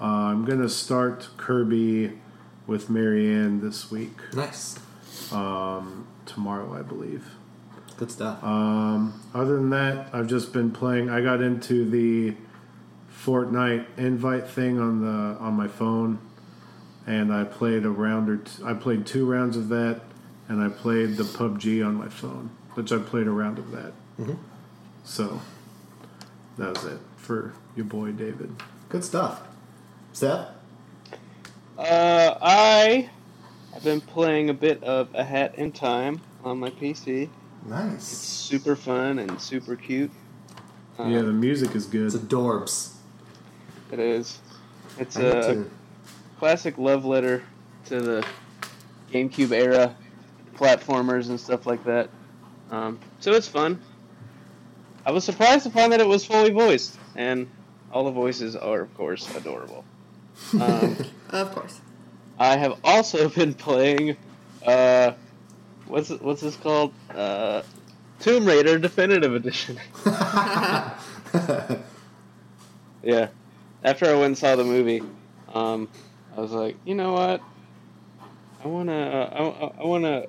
Speaker 1: Uh, I'm gonna start Kirby with Marianne this week.
Speaker 4: Nice.
Speaker 1: Um, tomorrow, I believe.
Speaker 4: Good stuff.
Speaker 1: Um, other than that, I've just been playing. I got into the Fortnite invite thing on the on my phone, and I played a round or t- I played two rounds of that, and I played the PUBG on my phone, which I played a round of that. So that was it for your boy David.
Speaker 4: Good stuff. Seth?
Speaker 2: Uh, I have been playing a bit of A Hat in Time on my PC.
Speaker 4: Nice.
Speaker 2: Super fun and super cute. Um,
Speaker 1: yeah, the music is
Speaker 4: It's
Speaker 1: good.
Speaker 4: adorbs.
Speaker 2: it is. It's uh,
Speaker 4: I need
Speaker 2: a
Speaker 4: to-
Speaker 2: classic love letter to the GameCube era platformers and stuff like that. Um, so it's fun. I was surprised to find that it was fully voiced, and all the voices are, of course, adorable.
Speaker 4: <laughs>
Speaker 2: Um,
Speaker 3: Of course.
Speaker 2: I have also <laughs> been playing, uh, what's it- what's this called? Uh, Tomb Raider Definitive Edition. <laughs> Yeah. After I went and saw the movie, um, I was like, you know what? I wanna, I, I, I wanna,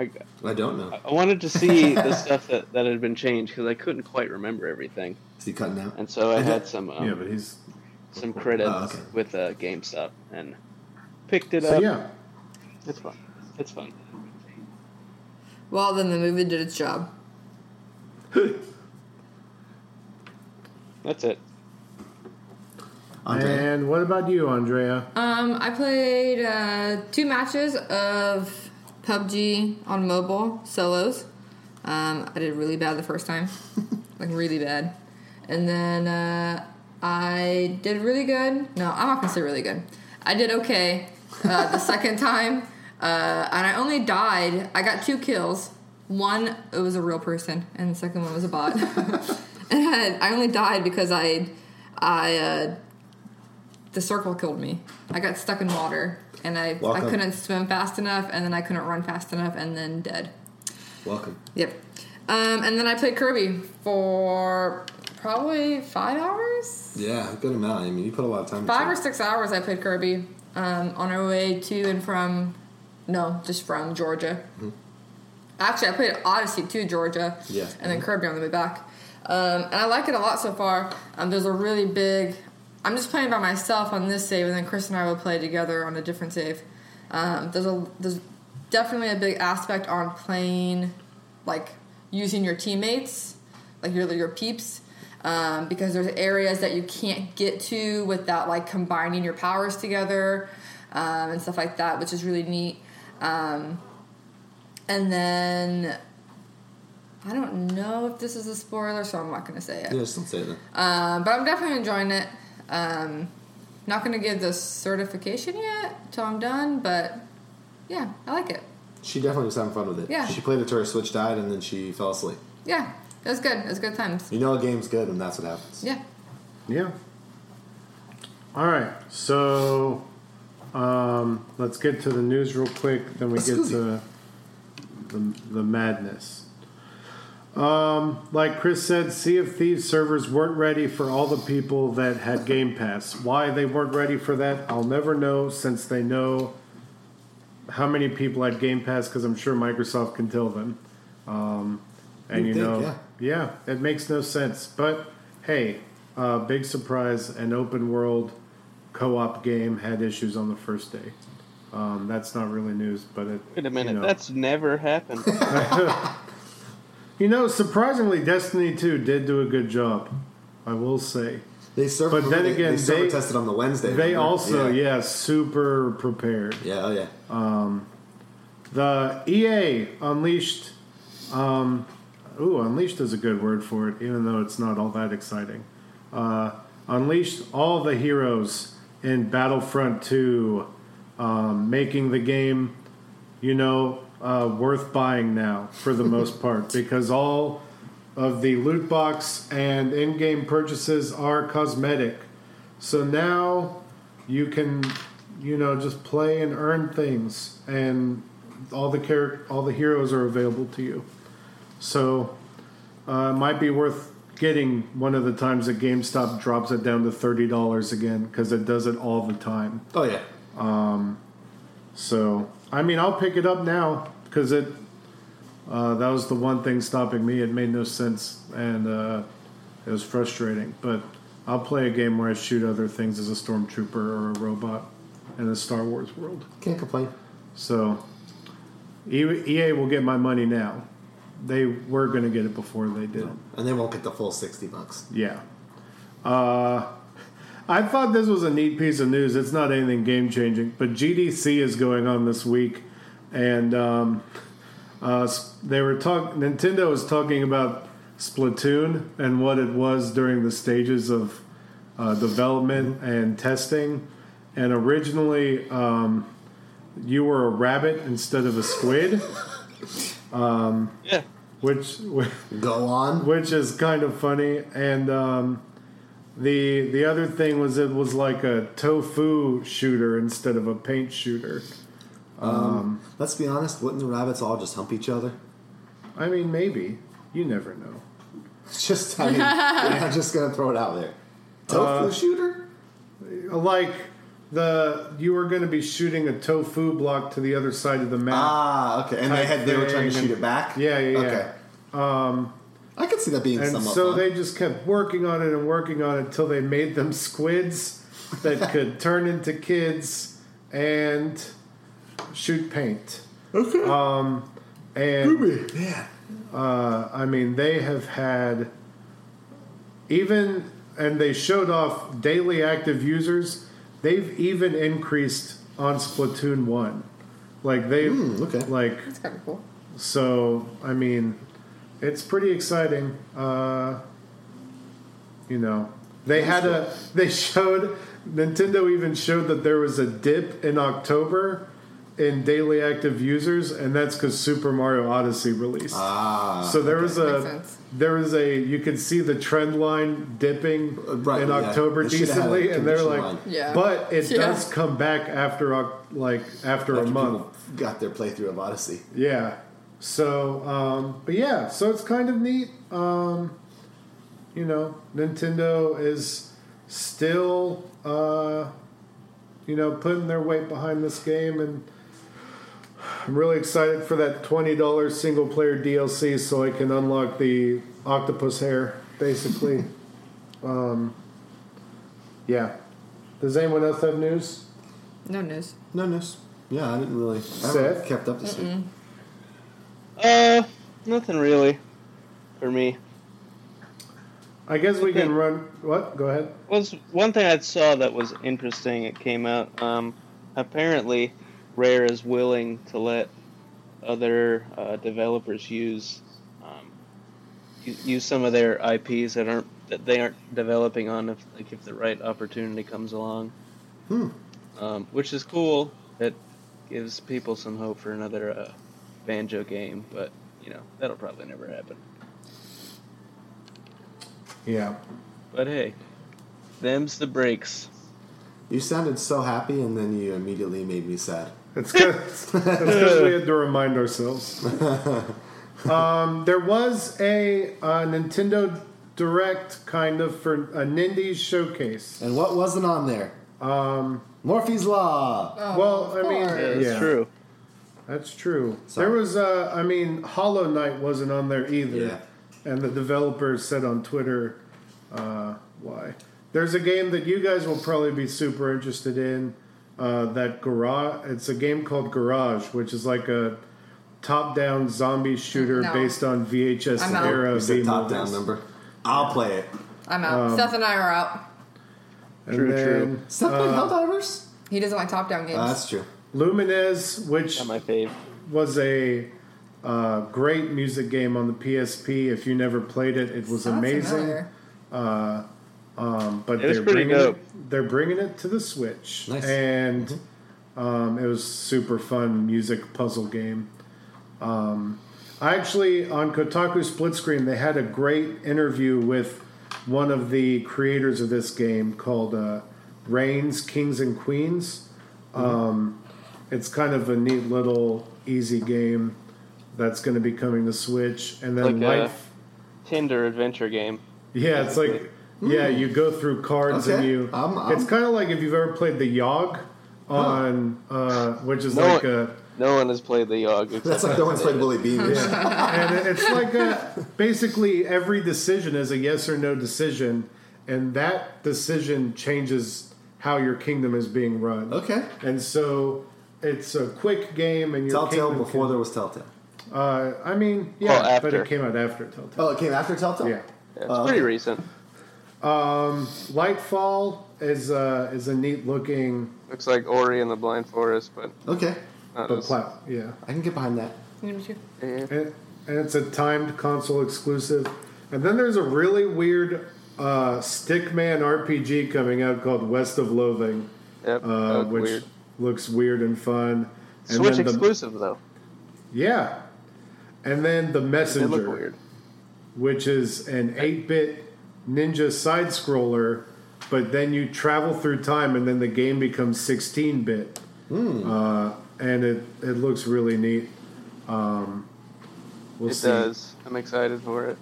Speaker 2: I,
Speaker 4: <laughs> I don't know.
Speaker 2: I wanted to
Speaker 1: <laughs>
Speaker 2: see the stuff that, that had been changed because I couldn't quite remember everything,
Speaker 4: Is he cutting out?
Speaker 2: and so I
Speaker 4: I
Speaker 2: had
Speaker 4: don't-
Speaker 2: some um,
Speaker 1: Yeah, but he's
Speaker 2: some credits
Speaker 4: Oh, okay.
Speaker 2: with uh, GameStop and picked it
Speaker 1: so
Speaker 2: up.
Speaker 1: yeah.
Speaker 2: It's fun. It's fun.
Speaker 3: Well, then the movie did its job.
Speaker 2: That's it.
Speaker 4: Andre?
Speaker 1: And what about you, Andrea?
Speaker 3: Um, I played uh, two matches of PUBG on mobile solos. Um, I did really bad the first time, <laughs> like really bad, and then uh, I did really good. No, I'm not gonna say really good. I did okay uh, the <laughs> second time, uh, and I only died. I got two kills. One it was a real person, and the second one was a bot. <laughs> and I, I only died because I I uh, the circle killed me. I got stuck in water and I I
Speaker 4: Welcome.
Speaker 3: couldn't swim fast enough and then I couldn't run fast enough and then dead.
Speaker 4: Welcome.
Speaker 3: Yep. Um, and then I played Kirby for probably five hours,
Speaker 4: Yeah, good amount. I mean, you put a lot of time. into
Speaker 3: five
Speaker 4: it.
Speaker 3: or six hours. I played Kirby um, on our way to and from, no, just from Georgia. Actually, I played Odyssey to Georgia.
Speaker 4: Yeah.
Speaker 3: And then Kirby on the way back. Um, and I like it a lot so far. Um, there's a really big. I'm just playing by myself on this save, and then Chris and I will play together on a different save. Um, there's a there's definitely a big aspect on playing, like using your teammates like your your peeps, um, because there's areas that you can't get to without like combining your powers together um, and stuff like that, which is really neat. Um, and then I don't know if this is a spoiler, so I'm not going to say it.
Speaker 4: Yeah, just don't say that.
Speaker 3: Um, but I'm definitely enjoying it. Um, not going to give the certification yet till I'm done, but yeah, I like it.
Speaker 4: She definitely was having fun with it.
Speaker 3: Yeah.
Speaker 4: She played it till her Switch died and then she fell asleep.
Speaker 3: Yeah, it was good. It was good times.
Speaker 4: You know a game's good when that's what happens.
Speaker 3: Yeah.
Speaker 1: Yeah. All right. So um, let's get to the news real quick. Then we get
Speaker 4: Excuse
Speaker 1: to the, the madness. Um, like Chris said, Sea of Thieves servers weren't ready for all the people that had Game Pass. Why they weren't ready for that, I'll never know since they know how many people had Game Pass because I'm sure Microsoft can tell them. Um, and you
Speaker 4: You'd think,
Speaker 1: know, yeah. it makes no sense. But hey, uh, big surprise an open world co op game had issues on the first day. Um, that's not really news, but it.
Speaker 2: Wait a
Speaker 1: you
Speaker 2: minute,
Speaker 1: know.
Speaker 2: that's
Speaker 1: <laughs>
Speaker 2: never happened.
Speaker 1: You know, surprisingly, Destiny 2 did do a good job, I will say.
Speaker 4: They served,
Speaker 1: But then
Speaker 4: they,
Speaker 1: again,
Speaker 4: they, server
Speaker 1: they-
Speaker 4: tested on the Wednesday.
Speaker 1: They
Speaker 4: remember?
Speaker 1: also, yeah, super prepared.
Speaker 4: yeah. oh yeah.
Speaker 1: The EA Unleashed. Um, ooh, Unleashed is a good word for it, even though it's not all that exciting. Uh, unleashed all the heroes in Battlefront 2, um, making the game, you know, uh, worth buying now for the most part, because all of the loot box and in game purchases are cosmetic. So now you can, you know, just play and earn things, and all the char- all the heroes are available to you. So uh, it might be worth getting one of the times that GameStop drops it down to thirty dollars again because it does it all the time.
Speaker 4: Oh yeah.
Speaker 1: So I mean, I'll pick it up now because it. Uh, that was the one thing stopping me. It made no sense, and uh, it was frustrating. But I'll play a game where I shoot other things as a stormtrooper or a robot in the Star Wars world.
Speaker 4: Can't complain.
Speaker 1: So E- EA will get my money now. They were going to get it before they did.
Speaker 4: And they won't get the full sixty bucks.
Speaker 1: Yeah. Uh, I thought this was a neat piece of news. It's not anything game changing, but GDC is going on this week, and um, uh, s- they were talk. Nintendo was talking about Splatoon and what it was during the stages of uh, development and testing. And originally, um, you were a rabbit instead of a squid,
Speaker 2: yeah.
Speaker 1: which
Speaker 4: Go on.
Speaker 1: which is kind of funny. And um, the the other thing was it was like a tofu shooter instead of a paint shooter.
Speaker 4: Let's be honest. Wouldn't the rabbits all just hump each other? <laughs>
Speaker 1: I mean, maybe you never know.
Speaker 4: Just I mean, I'm just gonna throw it out there.
Speaker 1: Uh,
Speaker 4: Tofu shooter.
Speaker 1: Like the you were going to be shooting a tofu block to the other side of the map.
Speaker 4: Ah, okay. And they had they were trying to
Speaker 1: thing
Speaker 4: shoot
Speaker 1: and-
Speaker 4: it back.
Speaker 1: Yeah, yeah, yeah.
Speaker 4: Okay. I could see that being
Speaker 1: and
Speaker 4: somewhat
Speaker 1: so
Speaker 4: fun.
Speaker 1: they just kept working on it and working on it till they made them squids that could turn into kids and shoot paint. Okay. Um, and
Speaker 4: yeah.
Speaker 1: Uh, I mean, they have had even, and they showed off daily active users. They've even increased on Splatoon one, like they
Speaker 4: Hmm, okay.
Speaker 1: like
Speaker 3: It's kind of cool.
Speaker 1: so. I mean, it's pretty exciting. Uh, you know, they had a <laughs> they showed Nintendo even showed that there was a dip in October in daily active users, and that's because Super Mario Odyssey released.
Speaker 4: Ah.
Speaker 1: So there was
Speaker 3: Makes
Speaker 1: a
Speaker 3: sense.
Speaker 1: there was a you could see the trend line dipping
Speaker 4: Uh, right,
Speaker 1: in
Speaker 4: yeah.
Speaker 1: October
Speaker 4: They should've had a
Speaker 1: decently, and they're
Speaker 4: condition
Speaker 1: like,
Speaker 4: line.
Speaker 3: Yeah.
Speaker 1: but it
Speaker 3: Yeah.
Speaker 1: does come back after Oc- like after a
Speaker 4: After
Speaker 1: month,
Speaker 4: people got their playthrough of Odyssey.
Speaker 1: yeah. So, um, but yeah, so it's kind of neat. Um, you know, Nintendo is still uh, you know putting their weight behind this game and. I'm really excited for that twenty dollars single player DLC, so I can unlock the octopus hair, basically. <laughs> um, yeah. Does anyone else have news?
Speaker 3: No news.
Speaker 4: No news. Yeah, I didn't really. I haven't
Speaker 1: Seth?
Speaker 4: kept up this week.
Speaker 2: Uh, nothing really for me.
Speaker 1: I guess we can
Speaker 2: Okay.
Speaker 1: run. What? Go ahead.
Speaker 2: was one thing I saw that was interesting. It came out. Um, apparently, Rare is willing to let other uh, developers use um, u- use some of their IPs that aren't that they aren't developing on if like if the right opportunity comes along. Um, which is cool. It gives people some hope for another uh, banjo game, but you know that'll probably never happen.
Speaker 1: Yeah.
Speaker 2: But hey, them's the breaks.
Speaker 4: You sounded so happy, and then you immediately made me sad.
Speaker 1: It's because we had to remind ourselves. Um, there was a uh, Nintendo Direct kind of for a Nindies showcase.
Speaker 4: And what wasn't on there?
Speaker 1: Um,
Speaker 4: Morphe's Law.
Speaker 3: Oh,
Speaker 1: well,
Speaker 3: of
Speaker 1: I mean,
Speaker 2: Yeah,
Speaker 3: course.
Speaker 2: that's
Speaker 1: Yeah.
Speaker 2: true.
Speaker 1: that's true.
Speaker 4: Sorry.
Speaker 1: There was, uh, I mean, Hollow Knight wasn't on there either.
Speaker 4: Yeah.
Speaker 1: And the developers said on Twitter uh, why. There's a game that you guys will probably be super interested in. Uh, that garage. It's a game called Garage, which is like a top-down zombie shooter
Speaker 3: No.
Speaker 1: based on VHS
Speaker 3: I'm out.
Speaker 1: era
Speaker 4: It's a
Speaker 1: V
Speaker 4: top down
Speaker 1: movies.
Speaker 4: number. I'll play it.
Speaker 3: I'm
Speaker 1: um,
Speaker 3: out. Seth and I are out.
Speaker 1: And
Speaker 2: True,
Speaker 1: then
Speaker 2: true.
Speaker 4: Stop playing Helldivers?
Speaker 3: He doesn't like top down games.
Speaker 4: Oh, that's true.
Speaker 1: Lumines, which
Speaker 2: Not my fave.
Speaker 1: was a uh, great music game on the PSP. If you never played it, it was
Speaker 3: Sounds
Speaker 1: amazing.
Speaker 3: familiar.
Speaker 1: Um, but
Speaker 2: It was
Speaker 1: they're
Speaker 2: pretty
Speaker 1: bringing
Speaker 2: dope.
Speaker 1: It, they're bringing it to the Switch,
Speaker 4: Nice.
Speaker 1: and um, it was super fun music puzzle game. Um, I actually on Kotaku Split Screen they had a great interview with one of the creators of this game called uh, Reigns Kings and Queens. Um, it's kind of a neat little easy game that's going to be coming to Switch, and then
Speaker 2: Like, uh,
Speaker 1: Life.
Speaker 2: Tinder adventure game.
Speaker 1: Yeah, it's like yeah, you go through cards and
Speaker 4: Mm. Okay.
Speaker 1: you.
Speaker 4: I'm- I'm-
Speaker 1: it's kind of like if you've ever played the Yog on, uh, which is
Speaker 2: No,
Speaker 1: like
Speaker 2: it-
Speaker 4: <laughs>
Speaker 1: a,
Speaker 2: No one has played the uh, Yog. except
Speaker 4: That's like no one's played Willy Beamish.
Speaker 1: and it- it's like a basically every decision is a yes or no decision, and that decision changes how your kingdom is being run.
Speaker 4: <laughs> Okay.
Speaker 1: and so it's a quick game, and your
Speaker 4: Telltale
Speaker 1: kingdom
Speaker 4: before
Speaker 1: can-
Speaker 4: there was Telltale.
Speaker 1: Uh, I mean, yeah, but
Speaker 2: after.
Speaker 1: it came out after Telltale.
Speaker 4: Oh, it came after Telltale?
Speaker 1: Yeah.
Speaker 2: Yeah, it's
Speaker 4: Oh,
Speaker 2: pretty
Speaker 1: uh,
Speaker 4: okay.
Speaker 2: recent.
Speaker 1: Lightfall is uh, is a neat looking
Speaker 2: Looks like Ori and the Blind Forest, but
Speaker 4: Okay.
Speaker 2: not
Speaker 1: but
Speaker 2: as. eh,
Speaker 1: plat- yeah.
Speaker 4: I can get behind that.
Speaker 3: Number two.
Speaker 2: Yeah.
Speaker 1: and, and it's a timed console exclusive. And then there's a really weird uh, Stickman RPG coming out called West of Loathing,
Speaker 2: Yep,
Speaker 1: uh,
Speaker 2: that looked
Speaker 1: which
Speaker 2: weird.
Speaker 1: looks weird and fun. And
Speaker 2: Switch
Speaker 1: then the-
Speaker 2: exclusive though.
Speaker 1: yeah. And then the
Speaker 2: They look
Speaker 1: Messenger,
Speaker 2: weird.
Speaker 1: which is an 8-bit ninja side scroller, but then you travel through time, and then the game becomes 16-bit,
Speaker 2: Hmm.
Speaker 1: uh, and it it looks really neat. Um, we'll
Speaker 2: it
Speaker 1: see.
Speaker 2: does. I'm excited for it.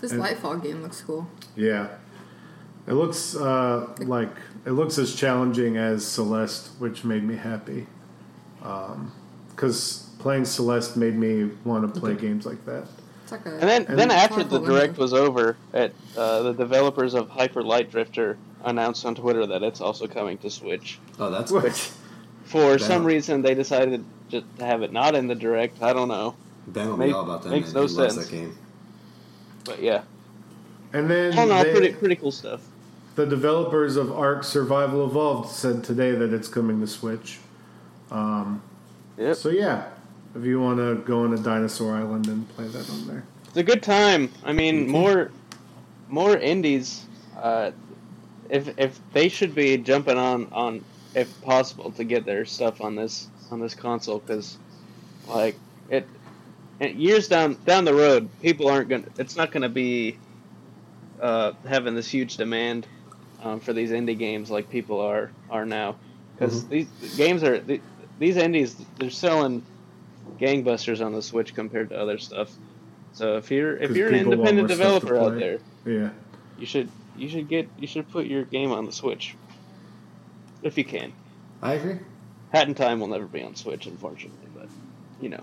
Speaker 3: This
Speaker 1: And-
Speaker 3: Lightfall game looks cool.
Speaker 1: Yeah. It looks uh, like it looks as challenging as Celeste, which made me happy. Because playing Celeste made me want to play games like that.
Speaker 3: It's like a
Speaker 2: And then,
Speaker 1: And-
Speaker 2: then after the
Speaker 3: Horrible
Speaker 2: direct
Speaker 3: window.
Speaker 2: was over, at uh, the developers of Hyper Light Drifter announced on Twitter that it's also coming to Switch.
Speaker 4: Oh, that's
Speaker 1: What?
Speaker 4: quick.
Speaker 2: For
Speaker 4: Damn.
Speaker 2: some reason, they decided just to have it not in the direct. I don't know,
Speaker 4: Ben will be
Speaker 2: Make-
Speaker 4: all about that.
Speaker 2: makes
Speaker 4: man.
Speaker 2: no
Speaker 4: he loves
Speaker 2: sense.
Speaker 4: that game.
Speaker 2: but yeah.
Speaker 1: <laughs> And then
Speaker 2: Oh no,
Speaker 1: they-
Speaker 2: pretty pretty cool stuff.
Speaker 1: the developers of Ark Survival Evolved said today that it's coming to Switch.
Speaker 2: Yep.
Speaker 1: So yeah, if you want to go on a dinosaur island and play that on there.
Speaker 2: It's a good time. I
Speaker 1: Mm-hmm.
Speaker 2: mean, more more indies. Uh, if if they should be jumping on on if possible to get their stuff on this on this console because like it, it years down down the road people aren't gonna it's not gonna be uh, having this huge demand um, for these indie games like people are are now because
Speaker 1: Mm-hmm.
Speaker 2: these games are the- these indies they're selling gangbusters on the switch compared to other stuff so if you're if
Speaker 1: 'Cause
Speaker 2: you're an
Speaker 1: people want
Speaker 2: independent
Speaker 1: more stuff to
Speaker 2: developer out
Speaker 1: play.
Speaker 2: there
Speaker 1: Yeah.
Speaker 2: you should you should get you should put your game on the Switch. If you can.
Speaker 4: I agree.
Speaker 2: Hat in Time will never be on Switch, unfortunately, but you know.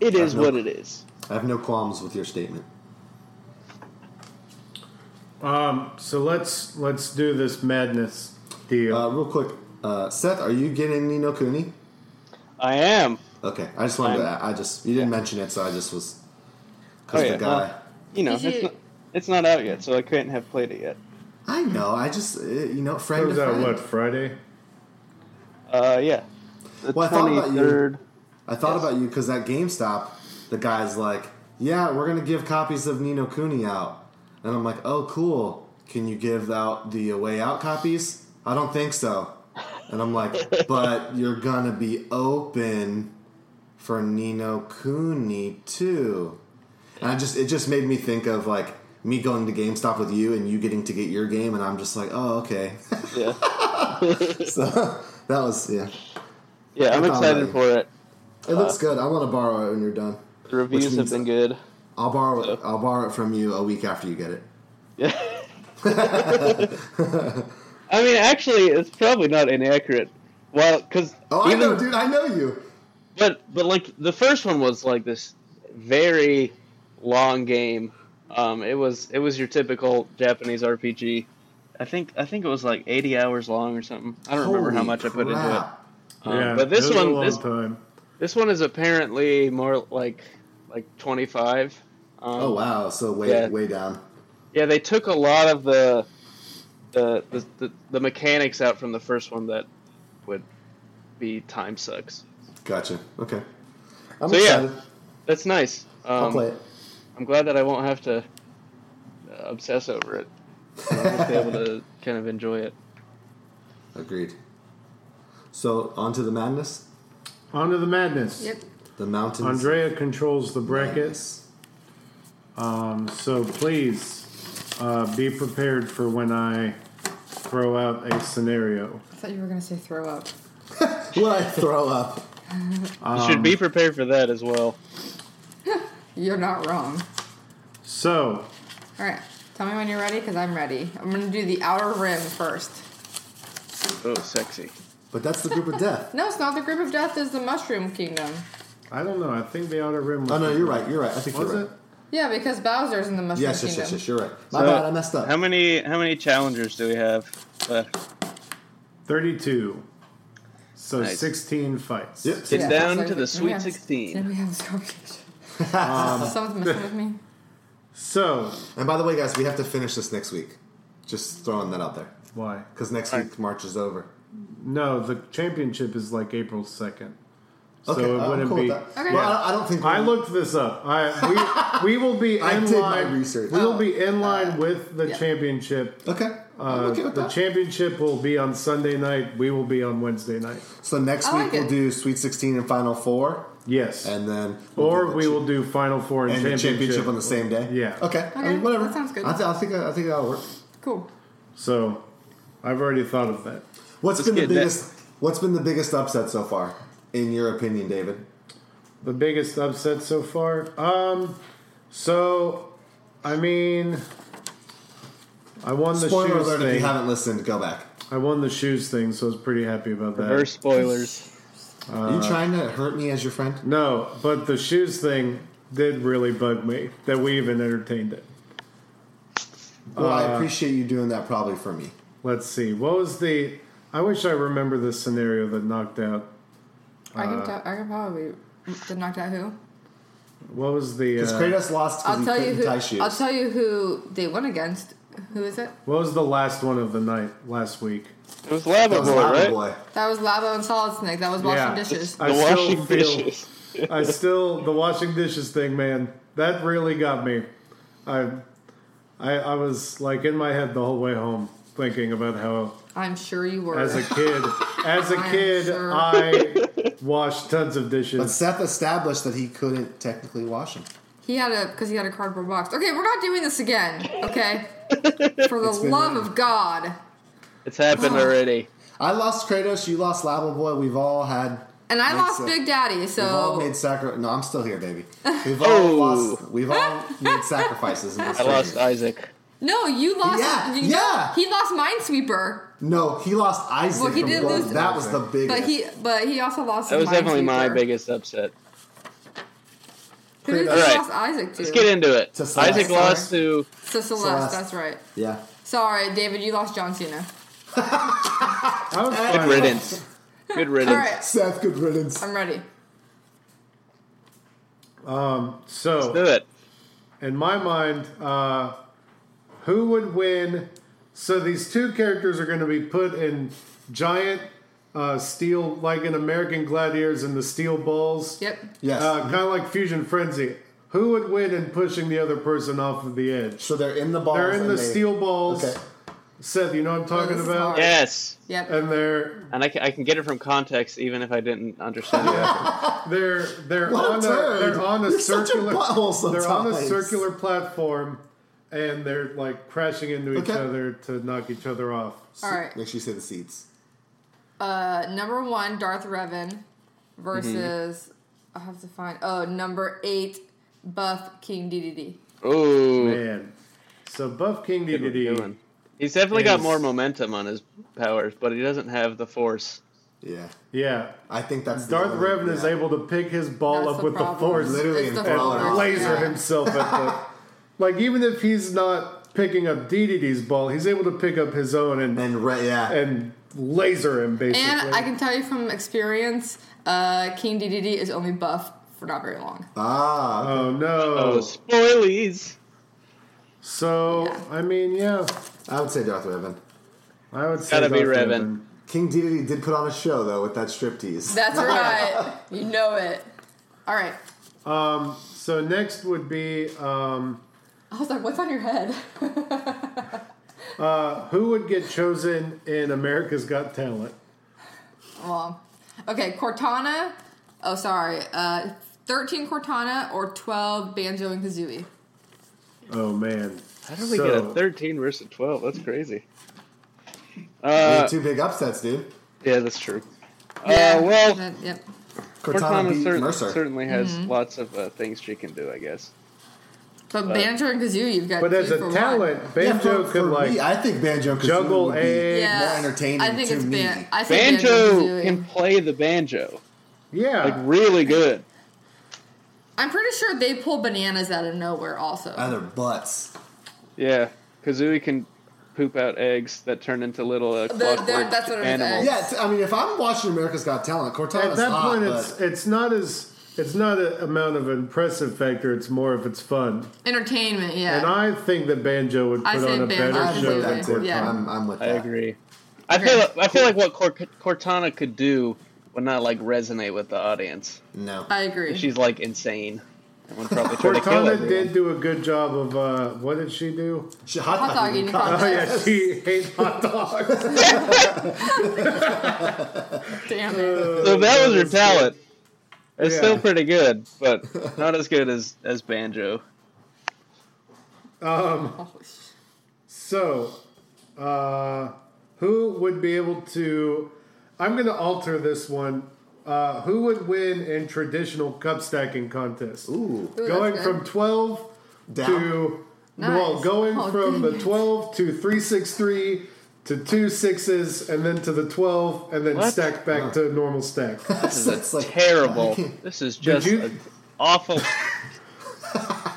Speaker 2: It is
Speaker 4: no-
Speaker 2: what it is.
Speaker 4: I have no qualms with your statement.
Speaker 1: Um, so let's let's do this madness deal.
Speaker 4: Uh, real quick, uh, Seth, are you getting Ni no Kuni?
Speaker 2: I am.
Speaker 4: Okay, I just wanted
Speaker 2: I'm-
Speaker 4: to. I just you didn't mention it, so I just was.
Speaker 2: Oh,
Speaker 4: Cause
Speaker 2: yeah,
Speaker 4: the guy.
Speaker 2: well, You know,
Speaker 3: Did
Speaker 2: it's
Speaker 3: you,
Speaker 2: not, It's not out yet, so I couldn't have played it yet.
Speaker 4: I know. I just uh, you know friend.
Speaker 1: That was
Speaker 4: to
Speaker 1: out
Speaker 4: friend.
Speaker 1: what Friday?
Speaker 2: Uh, yeah. The
Speaker 4: Well, I thought about you.
Speaker 2: 23rd.
Speaker 4: I thought
Speaker 2: Yes.
Speaker 4: about you because at GameStop, the guy's like, "Yeah, we're gonna give copies of Nino Cooney out," and I'm like, "Oh, cool. Can you give out the Way Out copies?" I don't think so. And I'm like, "But you're gonna be open for Nino Cooney too." And I just it just made me think of like me going to GameStop with you and you getting to get your game, and I'm just like, "Oh, okay." <laughs>
Speaker 2: Yeah.
Speaker 4: so <laughs> that was yeah.
Speaker 2: Yeah, I'm
Speaker 4: I found
Speaker 2: excited
Speaker 4: that.
Speaker 2: for it.
Speaker 4: It looks good. I want to borrow it when you're done.
Speaker 2: The reviews have
Speaker 4: means-
Speaker 2: been good.
Speaker 4: I'll borrow it.
Speaker 2: So-
Speaker 4: I'll borrow it from you a week after you get it. <laughs>
Speaker 2: Yeah. <laughs> I mean, actually, it's probably not inaccurate. Well, because
Speaker 4: Oh,
Speaker 2: even
Speaker 4: I know, dude. I know you.
Speaker 2: but but like the first one was like this very long game. Um, it was it was your typical Japanese RPG. I think I think it was like 80 hours long or something. I don't remember how
Speaker 4: Holy
Speaker 2: much I put into it.
Speaker 4: crap.
Speaker 2: Um,
Speaker 1: yeah,
Speaker 2: but this
Speaker 1: it was a
Speaker 2: one
Speaker 1: long
Speaker 2: this,
Speaker 1: time.
Speaker 2: this one is apparently more like like 25. Um,
Speaker 4: Oh wow! So way
Speaker 2: Yeah.
Speaker 4: way down.
Speaker 2: Yeah, they took a lot of the the, the, the the mechanics out from the first one that would be time sucks.
Speaker 4: Gotcha. Okay. I'm
Speaker 2: So, yeah.
Speaker 4: excited.
Speaker 2: That's nice. Um,
Speaker 4: I'll play it.
Speaker 2: I'm glad that I won't have to uh, obsess over it. I'll just be able to kind of enjoy it.
Speaker 4: <laughs> Agreed. So on to the madness.
Speaker 1: Onto the madness.
Speaker 3: Yep.
Speaker 4: The mountains.
Speaker 1: Andrea controls the bracket,
Speaker 4: <laughs> Madness.
Speaker 1: um, so please uh, be prepared for when I throw out a scenario.
Speaker 3: I thought you were gonna say throw up.
Speaker 4: What I throw up.
Speaker 2: You should
Speaker 4: Um,
Speaker 2: be prepared for that as well.
Speaker 3: You're not wrong.
Speaker 1: So,
Speaker 3: All right. Tell me when you're ready, because I'm ready. I'm gonna do the outer rim first.
Speaker 2: Oh, sexy.
Speaker 4: But that's the group of death.
Speaker 3: No, it's not. The group of death is the mushroom kingdom.
Speaker 1: I don't know. I think the outer rim was.
Speaker 4: Oh no, you're right. You're right. I think
Speaker 1: Was
Speaker 4: you're
Speaker 1: it?
Speaker 4: right.
Speaker 3: Yeah, because Bowser's in the mushroom
Speaker 4: Yes, yes,
Speaker 3: kingdom.
Speaker 4: yes, yes. You're right. My
Speaker 2: So,
Speaker 4: bad. I messed up.
Speaker 2: How many how many challengers do we have? Uh,
Speaker 1: 32. So
Speaker 2: Nice.
Speaker 1: 16 fights.
Speaker 2: <laughs>
Speaker 4: Yep.
Speaker 2: get
Speaker 3: Yeah.
Speaker 2: down
Speaker 3: So
Speaker 2: to the
Speaker 3: we
Speaker 2: sweet
Speaker 3: have- Then
Speaker 2: 16.
Speaker 3: we have this conversation. Someone's messing with
Speaker 4: <laughs>
Speaker 3: me.
Speaker 1: So,
Speaker 4: Um, And by the way, guys, we have to finish this next week. Just throwing that out there
Speaker 1: why?
Speaker 4: because next
Speaker 2: Alright.
Speaker 4: week March is over.
Speaker 1: No, the championship is like April 2nd. So
Speaker 4: Okay,
Speaker 1: it
Speaker 4: I'm
Speaker 1: wouldn't
Speaker 4: cool
Speaker 1: be.
Speaker 4: with that.
Speaker 3: Okay.
Speaker 4: Well, I, I don't think
Speaker 1: I looked this up. I we we will be in
Speaker 4: <laughs> I did my
Speaker 1: line.
Speaker 4: research.
Speaker 1: We'll
Speaker 3: Oh,
Speaker 1: be in line with the
Speaker 3: yeah.
Speaker 1: championship.
Speaker 4: Okay, I'm
Speaker 1: Uh,
Speaker 4: okay with
Speaker 1: the
Speaker 4: that.
Speaker 1: championship will be on Sunday night. We will be on Wednesday night.
Speaker 4: so next
Speaker 3: I
Speaker 4: week
Speaker 3: like
Speaker 4: we'll
Speaker 3: it.
Speaker 4: do Sweet 16 and Final Four,
Speaker 1: Yes,
Speaker 4: and then
Speaker 1: or
Speaker 4: do the
Speaker 1: we
Speaker 4: cha-
Speaker 1: will do Final Four and,
Speaker 4: and the
Speaker 1: championship.
Speaker 4: championship on the same day.
Speaker 1: Yeah.
Speaker 4: Okay. I mean,
Speaker 3: Okay,
Speaker 4: whatever.
Speaker 3: that sounds good.
Speaker 4: I, th- I think I think that'll work.
Speaker 3: Cool.
Speaker 1: So, I've already thought of that.
Speaker 4: What's
Speaker 2: Let's
Speaker 4: been the
Speaker 2: get that-
Speaker 4: biggest? What's been the biggest upset so far, in your opinion, David?
Speaker 1: The biggest upset so far. Um, so I mean, I won the
Speaker 4: Spoiler
Speaker 1: shoes
Speaker 4: alert! If
Speaker 1: thing.
Speaker 4: you haven't listened, go back.
Speaker 1: I won the shoes thing, so I was pretty happy about that.
Speaker 2: Reverse spoilers.
Speaker 1: Uh,
Speaker 4: Are you trying to hurt me as your friend?
Speaker 1: No, but the shoes thing did really bug me that we even entertained it.
Speaker 4: Well,
Speaker 1: uh,
Speaker 4: I appreciate you doing that probably for me.
Speaker 1: Let's see. What was the. I wish I remember the scenario that knocked out.
Speaker 3: I
Speaker 4: Uh,
Speaker 3: can. tell I can probably. Did knocked out who?
Speaker 1: What was the.
Speaker 4: Because
Speaker 1: Uh,
Speaker 4: Kratos lost because
Speaker 3: I'll
Speaker 4: he
Speaker 3: tell you
Speaker 4: couldn't
Speaker 3: who.
Speaker 4: tie shoes.
Speaker 3: I'll tell you who they won against. Who is it?
Speaker 1: what was the last one of the night last week?
Speaker 2: It was Lava
Speaker 4: that was
Speaker 2: Boy,
Speaker 4: Lava
Speaker 2: right?
Speaker 4: Boy.
Speaker 3: That was Lavo and Solid Snake. That was washing
Speaker 1: Yeah.
Speaker 3: dishes.
Speaker 1: I
Speaker 2: The
Speaker 1: still
Speaker 2: washing
Speaker 1: feel-
Speaker 2: dishes.
Speaker 1: I still. The washing dishes thing, man. That really got me. I, I, I was like in my head the whole way home thinking about how
Speaker 3: I'm sure you were.
Speaker 1: as a kid as a
Speaker 3: <laughs> I'm
Speaker 1: kid
Speaker 3: sure.
Speaker 1: I washed tons of
Speaker 4: But
Speaker 1: dishes.
Speaker 4: Seth established that he couldn't technically wash him.
Speaker 3: he had a because he had a cardboard box. Okay, we're not doing this again.
Speaker 2: <laughs>
Speaker 3: Okay, for the
Speaker 4: been
Speaker 3: love
Speaker 4: written.
Speaker 3: of God.
Speaker 2: It's
Speaker 4: <gasps>
Speaker 2: happened already.
Speaker 4: I lost Kratos. You lost Lava Boy. We've all had.
Speaker 3: And I
Speaker 4: made
Speaker 3: lost
Speaker 4: sa-
Speaker 3: Big Daddy, so
Speaker 4: We've all made sacri- No, I'm still
Speaker 3: <laughs>
Speaker 4: here, baby. We've all
Speaker 2: Oh.
Speaker 4: lost. We've all made sacrifices in this.
Speaker 2: I lost
Speaker 4: tournament.
Speaker 2: Isaac.
Speaker 3: No, you lost.
Speaker 4: Yeah,
Speaker 3: you-
Speaker 4: yeah.
Speaker 3: He lost Minesweeper,
Speaker 4: No, he lost Isaac.
Speaker 3: Well, he
Speaker 4: from
Speaker 3: did
Speaker 4: Golden.
Speaker 3: lose-
Speaker 4: That was the biggest.
Speaker 3: but he but he also lost.
Speaker 2: That was definitely my
Speaker 3: Minesweeper.
Speaker 2: biggest upset.
Speaker 3: Who did you
Speaker 4: All
Speaker 2: right.
Speaker 3: lost Isaac to?
Speaker 2: Let's get into it.
Speaker 4: To Celeste.
Speaker 2: Isaac lost to
Speaker 3: So Celeste,
Speaker 4: Celeste.
Speaker 3: that's right.
Speaker 4: Yeah.
Speaker 3: Sorry, David, you lost John Cena.
Speaker 1: I was
Speaker 2: good
Speaker 1: fine.
Speaker 2: riddance. Good riddance.
Speaker 3: All right,
Speaker 4: Seth, good riddance.
Speaker 3: I'm ready.
Speaker 1: So
Speaker 2: Do it.
Speaker 1: in my mind, uh, Who would win? So these two characters are going to be put in giant uh, steel, like in American Gladiators, in the steel balls.
Speaker 3: Yep.
Speaker 4: Yes.
Speaker 1: Uh, kind of like Fusion Frenzy. Who would win in pushing the other person off of the edge?
Speaker 4: so they're in the balls.
Speaker 1: They're in
Speaker 4: and
Speaker 1: the
Speaker 4: they-
Speaker 1: steel balls.
Speaker 4: Okay.
Speaker 1: Seth, you know what I'm talking
Speaker 3: this is
Speaker 1: about?
Speaker 3: hard.
Speaker 2: Yes.
Speaker 3: Yep.
Speaker 1: And they're
Speaker 2: And I can, I can get it from context even if I didn't understand it.
Speaker 1: they're they're
Speaker 4: What a
Speaker 1: on a,
Speaker 4: turd.
Speaker 1: they're on a
Speaker 4: You're such a
Speaker 1: circular
Speaker 4: butthole
Speaker 1: they're on a
Speaker 4: sometimes.
Speaker 1: circular platform and they're like crashing into each
Speaker 4: Okay.
Speaker 1: other to knock each other off.
Speaker 3: All right.
Speaker 4: Make sure you say the seats.
Speaker 3: Uh, number one, Darth Revan
Speaker 2: Mm-hmm.
Speaker 3: versus I have to find. Oh, number eight, Buff King DDD.
Speaker 2: Ooh.
Speaker 1: Man. So Buff King
Speaker 2: Good
Speaker 1: DDD
Speaker 2: one. He's definitely got
Speaker 1: Is-
Speaker 2: more momentum on his powers, but he doesn't have the force.
Speaker 4: Yeah.
Speaker 1: Yeah.
Speaker 4: I think that's the
Speaker 1: Darth
Speaker 4: only-
Speaker 1: Revan is
Speaker 4: yeah.
Speaker 1: able to pick his ball
Speaker 3: That's
Speaker 1: up
Speaker 3: the
Speaker 1: with the
Speaker 3: problem.
Speaker 1: force
Speaker 4: Literally
Speaker 3: It's the
Speaker 1: and
Speaker 4: follow
Speaker 3: force,
Speaker 1: laser
Speaker 3: yeah.
Speaker 1: himself at the like even if he's not picking up DDD's ball, he's able to pick up his own and
Speaker 4: And re- yeah.
Speaker 1: and laser him basically.
Speaker 3: And I can tell you from experience, uh, King DDD is only buff for not very long.
Speaker 4: ah.
Speaker 1: oh no.
Speaker 2: Oh, spoilies!
Speaker 1: So I mean, yeah,
Speaker 4: I would say Darth Revan.
Speaker 1: I would say
Speaker 2: Gotta be
Speaker 1: Darth
Speaker 2: Revan.
Speaker 4: King Dedede did put on a show though with that striptease.
Speaker 3: That's right. you know it. All right.
Speaker 1: So next would be um,
Speaker 3: I was like, what's on your head? <laughs>
Speaker 1: who would get chosen in America's Got Talent?
Speaker 3: well, okay, Cortana. Oh, sorry. Uh, 13 Cortana or 12 Banjo and Kazooie.
Speaker 1: Oh man,
Speaker 2: How did we
Speaker 1: So-
Speaker 2: get a 13 versus 12? That's crazy.
Speaker 4: We
Speaker 2: Uh,
Speaker 4: had two big upsets, dude.
Speaker 2: yeah, that's true.
Speaker 3: Yeah,
Speaker 2: uh, well,
Speaker 3: that- yep.
Speaker 4: Cortana beat
Speaker 2: cer-
Speaker 4: Mercer.
Speaker 2: certainly has
Speaker 3: Mm-hmm.
Speaker 2: lots of uh, things she can do, I guess.
Speaker 3: But, Banjo and Kazooie, you've got
Speaker 1: but
Speaker 3: two
Speaker 1: as a
Speaker 3: for one.
Speaker 1: talent,
Speaker 4: Yeah,
Speaker 1: Banjo
Speaker 4: for-
Speaker 1: could
Speaker 4: for
Speaker 1: like
Speaker 4: me, I think Banjo and Kazooie
Speaker 1: juggle
Speaker 4: would be-
Speaker 1: a-
Speaker 3: yeah.
Speaker 4: more entertaining
Speaker 3: I think
Speaker 4: to
Speaker 3: it's
Speaker 4: me.
Speaker 3: Ban- I think Banjo
Speaker 2: Banjo
Speaker 3: and Kazooie.
Speaker 2: can play the banjo.
Speaker 1: yeah,
Speaker 2: Like, really good.
Speaker 3: I'm pretty sure they pull bananas out of nowhere also.
Speaker 4: Out of their butts.
Speaker 2: Yeah. Kazooie can poop out eggs that turn into little uh,
Speaker 3: they're-
Speaker 2: clockwork
Speaker 3: that's what it is,
Speaker 2: animals.
Speaker 3: eggs.
Speaker 4: Yeah, it's- I mean, if I'm watching America's Got Talent, Cortana's
Speaker 1: at that
Speaker 4: hot,
Speaker 1: point,
Speaker 4: but
Speaker 1: it's it's not as it's not an amount of impressive factor. It's more if it's fun.
Speaker 3: Entertainment,
Speaker 1: And
Speaker 3: yeah.
Speaker 1: I think that Banjo would put
Speaker 3: I say
Speaker 1: on a
Speaker 3: Banjo
Speaker 1: better
Speaker 4: I'm
Speaker 1: show
Speaker 4: with
Speaker 1: than
Speaker 4: that,
Speaker 3: Absolutely.
Speaker 1: Cortana.
Speaker 4: Cortana.
Speaker 3: Yeah.
Speaker 4: I'm, I'm with
Speaker 2: I
Speaker 4: that.
Speaker 2: agree. I
Speaker 3: Okay.
Speaker 2: feel I feel like what Cor- Cortana could do would not like resonate with the audience.
Speaker 4: No.
Speaker 3: I, agree.
Speaker 2: She's like insane. And would probably try to kill
Speaker 1: Cortana
Speaker 2: everyone.
Speaker 1: did do a good job of uh, what did she do?
Speaker 4: She- hot
Speaker 3: Hot
Speaker 4: dog
Speaker 3: dog
Speaker 4: eating
Speaker 3: eating
Speaker 4: contest.
Speaker 1: Oh yeah, <laughs> she ate hot dogs.
Speaker 3: Damn it.
Speaker 2: So that was her talent. It's
Speaker 1: Yeah.
Speaker 2: still pretty good,
Speaker 1: <laughs>
Speaker 2: but not as good as as banjo.
Speaker 3: Oh, sh-
Speaker 1: So, uh, who would be able to? I'm going to alter this one. Uh, who would win in traditional cup stacking contest?
Speaker 4: <laughs> Ooh.
Speaker 3: Ooh,
Speaker 1: going
Speaker 3: that's good.
Speaker 1: from 12
Speaker 4: Down. <laughs>
Speaker 1: to
Speaker 3: Nice.
Speaker 1: well, going
Speaker 3: Oh,
Speaker 1: from the
Speaker 3: goodness.
Speaker 1: 12 to 363 to two sixes and then to the 12 and then
Speaker 2: What?
Speaker 1: stack back to normal stack.
Speaker 4: This
Speaker 2: It's terrible. This is just
Speaker 1: you-
Speaker 2: an awful.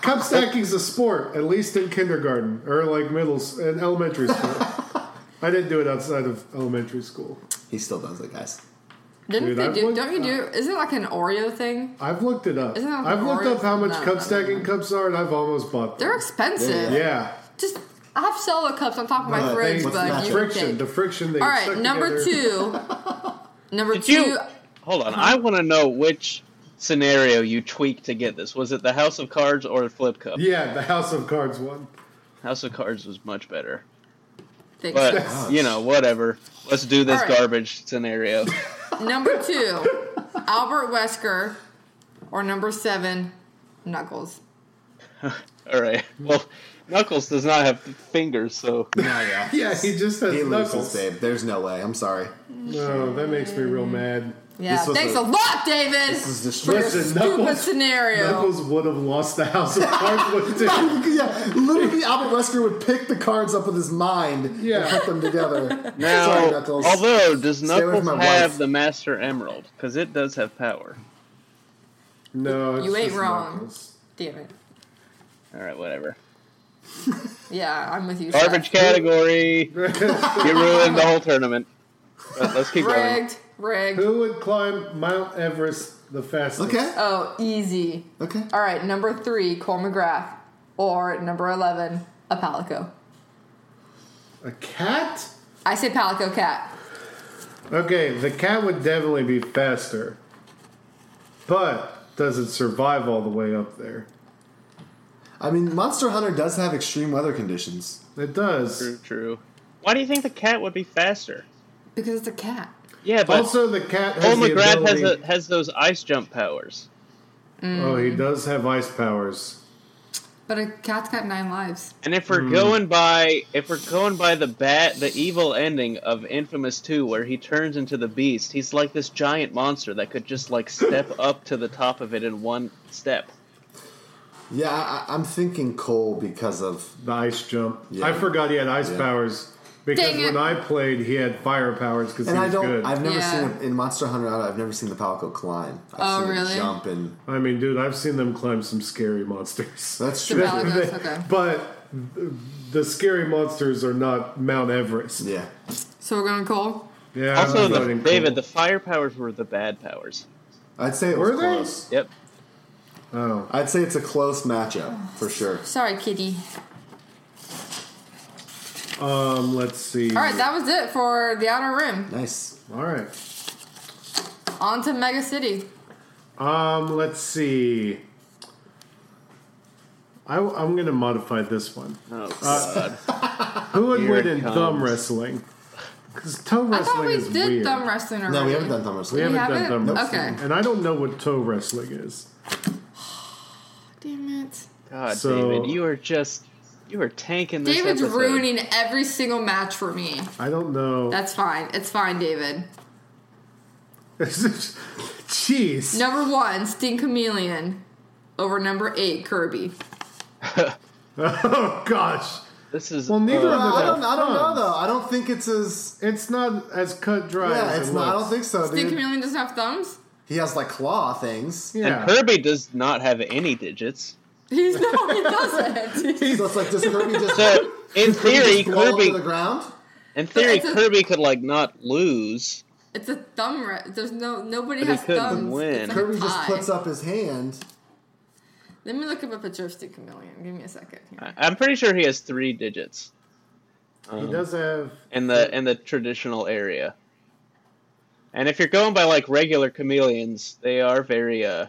Speaker 1: cup stacking's a sport, at least in kindergarten or like middle s- and elementary school.
Speaker 4: <laughs>
Speaker 1: I didn't do it outside of elementary school.
Speaker 4: <laughs> He still does it, guys.
Speaker 3: Didn't
Speaker 1: Dude, uh,
Speaker 3: they
Speaker 1: I
Speaker 3: do?
Speaker 1: would-
Speaker 3: don't you do? Isn't it like an Oreo thing?
Speaker 1: I've looked it up.
Speaker 3: Isn't that
Speaker 1: I've looked
Speaker 3: Oreos?
Speaker 1: up how much
Speaker 3: No,
Speaker 1: cup
Speaker 3: no,
Speaker 1: stacking
Speaker 3: no.
Speaker 1: cups are, and I've almost bought them.
Speaker 3: They're expensive.
Speaker 4: They're-
Speaker 1: yeah,
Speaker 3: Just I have cellular cups on top of my
Speaker 4: But
Speaker 3: fridge,
Speaker 4: what's
Speaker 3: but
Speaker 4: the
Speaker 3: you would
Speaker 1: friction.
Speaker 3: think.
Speaker 1: The friction they
Speaker 3: All
Speaker 1: suck
Speaker 3: right, number
Speaker 1: together. <laughs>
Speaker 3: two. number
Speaker 2: Did
Speaker 3: two.
Speaker 2: you? Hold on. I want to know which scenario you tweaked to get this. Was it the House of Cards or the Flip Cup?
Speaker 1: Yeah, the House of Cards one.
Speaker 2: House of Cards was much better.
Speaker 3: think
Speaker 2: But
Speaker 1: <laughs>
Speaker 3: so.
Speaker 2: you know, whatever. Let's do this
Speaker 3: All right.
Speaker 2: garbage scenario.
Speaker 1: <laughs>
Speaker 3: number two, Albert Wesker, or number seven, Knuckles.
Speaker 2: All right. Well, Knuckles does not have fingers, so
Speaker 4: No, yeah.
Speaker 1: Yeah, <laughs> he just has
Speaker 4: He loses,
Speaker 1: knuckles.
Speaker 4: babe. There's no way. I'm sorry.
Speaker 1: No, that makes me real mad.
Speaker 3: Yeah,
Speaker 4: This was
Speaker 3: thanks
Speaker 4: a-
Speaker 3: a, lot, David.
Speaker 4: This is
Speaker 3: for your
Speaker 4: destruction.
Speaker 1: Listen,
Speaker 3: stupid
Speaker 1: Knuckles-
Speaker 3: scenario.
Speaker 1: Knuckles would have lost the House of Cards one
Speaker 3: <laughs>
Speaker 1: too.
Speaker 4: <laughs> yeah, literally, Albert Wesker would pick the cards up with his mind and
Speaker 1: Yeah.
Speaker 4: put them together.
Speaker 2: <laughs> Now,
Speaker 4: Sorry, Knuckles.
Speaker 2: although does
Speaker 4: Stay away from
Speaker 2: Knuckles
Speaker 4: my
Speaker 2: have
Speaker 4: wife.
Speaker 2: the Master Emerald? Because it does have power.
Speaker 1: No, it's
Speaker 3: You ain't
Speaker 1: just
Speaker 3: wrong.
Speaker 1: Knuckles.
Speaker 3: Damn it.
Speaker 2: All right, whatever.
Speaker 3: Yeah, I'm with you. Seth.
Speaker 2: Garbage
Speaker 4: <laughs>
Speaker 2: category. you ruined the whole tournament. But let's keep going.
Speaker 3: Rigged. Rigged.
Speaker 1: Who would climb Mount Everest the fastest?
Speaker 4: Okay.
Speaker 3: Oh, easy.
Speaker 4: Okay.
Speaker 3: All right, number three, Cole McGrath, or number eleven, Apalico.
Speaker 1: A cat?
Speaker 3: I say Palico Cat.
Speaker 1: Okay, the cat would definitely be faster. But does it survive all the way up there?
Speaker 4: I mean, Monster Hunter does have extreme weather conditions.
Speaker 1: It does.
Speaker 2: True, true. Why do you think the cat would be faster?
Speaker 3: Because it's a cat.
Speaker 2: Yeah, but
Speaker 1: also, the cat has
Speaker 2: Paul
Speaker 1: the
Speaker 2: McGrath has
Speaker 1: ability.
Speaker 2: a, has those ice jump powers.
Speaker 1: oh, he does have ice powers.
Speaker 3: But a cat's got nine lives.
Speaker 2: And if we're
Speaker 1: Hmm.
Speaker 2: going by if we're going by the bat the evil ending of Infamous 2 where he turns into the beast, he's like this giant monster that could just
Speaker 1: <laughs>
Speaker 2: like step up to the top of it in one step.
Speaker 4: Yeah, I, I- I'm thinking Cole because of
Speaker 1: The ice jump.
Speaker 4: Yeah.
Speaker 1: I forgot he had ice
Speaker 4: Yeah.
Speaker 1: powers because
Speaker 3: Dang it.
Speaker 1: when I played, he had fire powers because he
Speaker 4: and I
Speaker 1: was
Speaker 4: don't.
Speaker 1: good.
Speaker 4: I've never
Speaker 3: Yeah.
Speaker 4: seen him in Monster Hunter. I've never seen the Palico climb. I've
Speaker 3: Oh,
Speaker 4: seen it
Speaker 3: really?
Speaker 4: jump and
Speaker 1: I mean, dude, I've seen them climb some scary monsters.
Speaker 4: that's
Speaker 3: The
Speaker 4: true.
Speaker 3: Palico- That's okay.
Speaker 1: <laughs> But th- the scary monsters are not Mount Everest. Yeah,
Speaker 4: <laughs> yeah,
Speaker 3: So we're going Cole?
Speaker 1: I'm
Speaker 2: also, the,
Speaker 1: voting
Speaker 2: David,
Speaker 1: cool.
Speaker 2: the fire powers were the bad powers.
Speaker 4: I'd say it was
Speaker 1: Were they?
Speaker 4: close.
Speaker 2: Yep.
Speaker 1: oh,
Speaker 4: I'd say it's a close matchup for sure.
Speaker 3: Sorry, kitty.
Speaker 1: um, let's see.
Speaker 3: All right, that was it for the Outer Rim.
Speaker 4: Nice.
Speaker 1: All right.
Speaker 3: On to Mega City.
Speaker 1: Um, let's see. I, am going to modify this one.
Speaker 2: Oh
Speaker 1: Uh,
Speaker 2: god.
Speaker 1: Who would
Speaker 2: Here
Speaker 1: win
Speaker 2: it
Speaker 1: in
Speaker 2: comes.
Speaker 1: thumb wrestling? Because toe wrestling
Speaker 3: I thought we
Speaker 1: is
Speaker 3: did
Speaker 1: weird.
Speaker 3: thumb wrestling already.
Speaker 4: No, we haven't done thumb
Speaker 1: we
Speaker 4: wrestling.
Speaker 1: haven't
Speaker 3: haven't?
Speaker 1: done thumb
Speaker 3: Nope.
Speaker 1: wrestling,
Speaker 3: Okay.
Speaker 1: and I don't know what toe wrestling is.
Speaker 3: Damn it.
Speaker 2: God,
Speaker 1: So-
Speaker 2: David, you are just you are tanking this
Speaker 3: David's
Speaker 2: episode.
Speaker 3: ruining every single match for me.
Speaker 1: I don't know.
Speaker 3: That's fine. It's fine, David.
Speaker 1: <laughs> Jeez.
Speaker 3: Number one, Sting Chameleon. Over number eight, Kirby.
Speaker 1: <laughs> Oh gosh.
Speaker 2: This is
Speaker 1: Well, neither
Speaker 2: uh,
Speaker 1: of them.
Speaker 4: I don't. I don't know
Speaker 1: Thumbs.
Speaker 4: though. I don't think it's as.
Speaker 1: It's not as cut dry.
Speaker 4: Yeah,
Speaker 1: as
Speaker 4: it's
Speaker 1: it
Speaker 4: not. I
Speaker 1: looks.
Speaker 4: don't think so,
Speaker 3: Sting
Speaker 4: dude.
Speaker 3: Chameleon doesn't have thumbs? <laughs>
Speaker 4: He has like claw things.
Speaker 1: Yeah.
Speaker 2: And Kirby does not have any
Speaker 1: <laughs>
Speaker 2: digits.
Speaker 3: He's no, he doesn't. <laughs>
Speaker 4: So it's like does Kirby just
Speaker 2: So in theory,
Speaker 4: just roll
Speaker 2: Kirby
Speaker 4: to the ground?
Speaker 2: in
Speaker 3: <laughs>
Speaker 2: theory
Speaker 3: It's a-
Speaker 2: Kirby could like not lose.
Speaker 3: It's a thumb. Re- There's no nobody
Speaker 2: But he
Speaker 3: has
Speaker 2: couldn't
Speaker 3: thumbs.
Speaker 2: win.
Speaker 3: It's like
Speaker 4: Kirby
Speaker 3: a
Speaker 4: just
Speaker 3: tie.
Speaker 4: puts up his hand.
Speaker 3: Let me look up a picture of Sting Chameleon. Give me a second. Here.
Speaker 2: I- I'm pretty sure he has three digits
Speaker 1: He does have.
Speaker 2: in
Speaker 1: Mm.
Speaker 2: the in the traditional area. And if you're going by like regular chameleons, they are very uh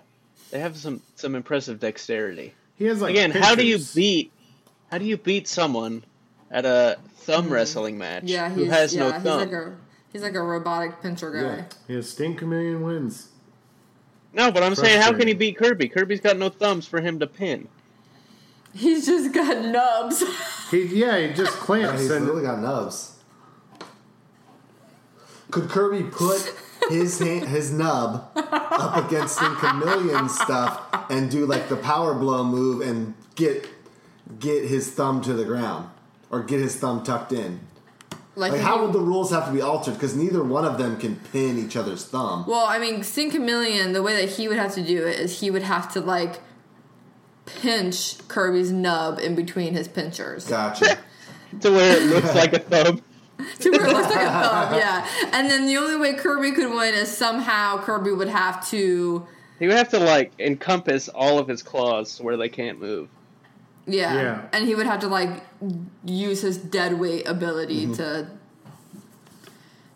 Speaker 2: they have some some impressive dexterity.
Speaker 1: He has like.
Speaker 2: Again, how do you
Speaker 1: pinchers.
Speaker 2: beat how do you beat someone at a
Speaker 1: Mm.
Speaker 2: thumb wrestling match
Speaker 3: Yeah, he's,
Speaker 2: who has
Speaker 3: yeah,
Speaker 2: no
Speaker 3: he's
Speaker 2: thumb?
Speaker 3: like a he's like a robotic pincher guy.
Speaker 4: Yeah.
Speaker 1: Yeah, Sting Chameleon wins.
Speaker 2: no, but I'm saying how can he
Speaker 1: Frustrating.
Speaker 2: beat Kirby? Kirby's got no thumbs for him to pin.
Speaker 3: He's just got nubs. <laughs>
Speaker 1: He yeah, he just
Speaker 4: Yeah,
Speaker 1: clamps
Speaker 4: he's
Speaker 1: and
Speaker 4: really got nubs. Could Kirby put his hand, his nub up against some chameleon stuff and do like the power blow move and get get his thumb to the ground or get his thumb tucked in?
Speaker 3: like,
Speaker 4: Like,
Speaker 3: he-
Speaker 4: how would the rules have to be altered? Because neither one of them can pin each other's thumb.
Speaker 3: well, I mean, Sting Chameleon. The way that he would have to do it is he would have to like pinch Kirby's nub in between his pinchers
Speaker 4: <laughs> Gotcha.
Speaker 2: To where it
Speaker 1: <laughs>
Speaker 2: looks like a thumb.
Speaker 3: to where it looks like a
Speaker 4: <laughs>
Speaker 3: thumb. Yeah, and then the only way Kirby could win is somehow Kirby would have to.
Speaker 2: He would have to like encompass all of his claws where they can't move.
Speaker 3: Yeah.
Speaker 1: Yeah.
Speaker 3: And he would have to like use his dead weight ability
Speaker 2: Mm-hmm.
Speaker 3: to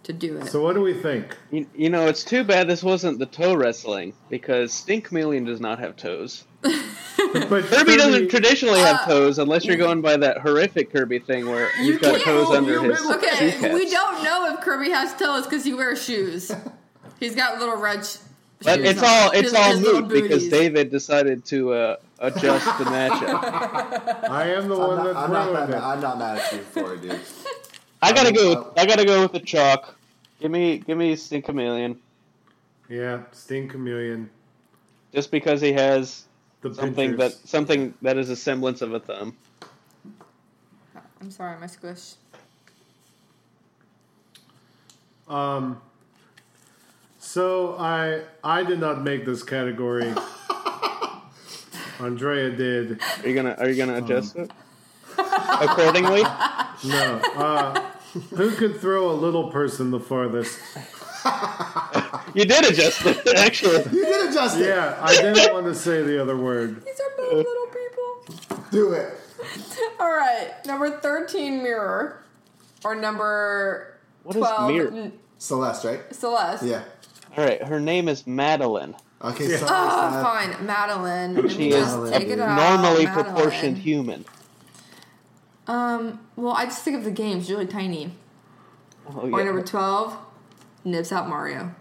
Speaker 3: to do it.
Speaker 1: So what do we think?
Speaker 2: You, you know, it's too bad this wasn't the toe wrestling because Stink Chameleon does not have toes.
Speaker 1: But
Speaker 2: Kirby doesn't traditionally have
Speaker 3: Uh,
Speaker 2: toes unless you're going by that horrific Kirby thing where
Speaker 3: You
Speaker 2: he's got
Speaker 3: can't-
Speaker 2: toes
Speaker 1: oh,
Speaker 2: under
Speaker 1: you
Speaker 2: his
Speaker 1: little-
Speaker 3: okay,
Speaker 2: kneecaps.
Speaker 3: we don't know if Kirby has toes because he wears
Speaker 2: <laughs>
Speaker 3: shoes. He's got little red. Sh-
Speaker 2: But
Speaker 3: shoes
Speaker 2: it's
Speaker 3: on.
Speaker 2: all it's
Speaker 3: His-
Speaker 2: all
Speaker 3: his little
Speaker 2: moot because
Speaker 3: booties.
Speaker 2: David decided to uh, adjust the matchup.
Speaker 1: I am the
Speaker 4: I'm,
Speaker 1: one
Speaker 4: not,
Speaker 1: that
Speaker 4: I'm, not
Speaker 1: ruined
Speaker 4: mad,
Speaker 1: it.
Speaker 4: I'm not mad at you for <laughs> it, dude.
Speaker 2: I gotta go. With, I gotta go with the chalk. Give me give me Stink Chameleon
Speaker 1: Yeah, Sting Chameleon.
Speaker 2: just because he has
Speaker 1: The
Speaker 2: something that
Speaker 1: pinchers.
Speaker 2: something that is a semblance of a thumb.
Speaker 3: I'm sorry, my squish.
Speaker 1: Um. So I I did not make this
Speaker 3: <laughs>
Speaker 1: category. Andrea did.
Speaker 2: Are you gonna Are you gonna adjust it accordingly?
Speaker 1: No. Uh, who could throw a little person the farthest?
Speaker 2: You did adjust it actually.
Speaker 4: You did adjust it.
Speaker 1: Yeah, I
Speaker 2: <laughs>
Speaker 1: didn't want to say the other word.
Speaker 3: These are both little <laughs> people.
Speaker 4: Do it.
Speaker 3: All right, number thirteen mirror. or number
Speaker 2: What is
Speaker 3: twelve,
Speaker 2: Mir-
Speaker 3: n-
Speaker 4: Celeste, right?
Speaker 3: Celeste.
Speaker 4: Yeah.
Speaker 2: All right, her name is Madeline.
Speaker 4: Okay,
Speaker 1: <laughs>
Speaker 4: sorry.
Speaker 3: Oh,
Speaker 4: Celeste.
Speaker 3: fine, Madeline. Let
Speaker 2: She
Speaker 3: me
Speaker 2: is
Speaker 3: just take it
Speaker 4: a
Speaker 3: out.
Speaker 2: Normally
Speaker 3: Madeline.
Speaker 2: proportioned human.
Speaker 3: Um, well, I just think of the game. She's really tiny.
Speaker 2: Oh,
Speaker 3: Or
Speaker 2: yeah.
Speaker 3: number twelve, nibs out Mario.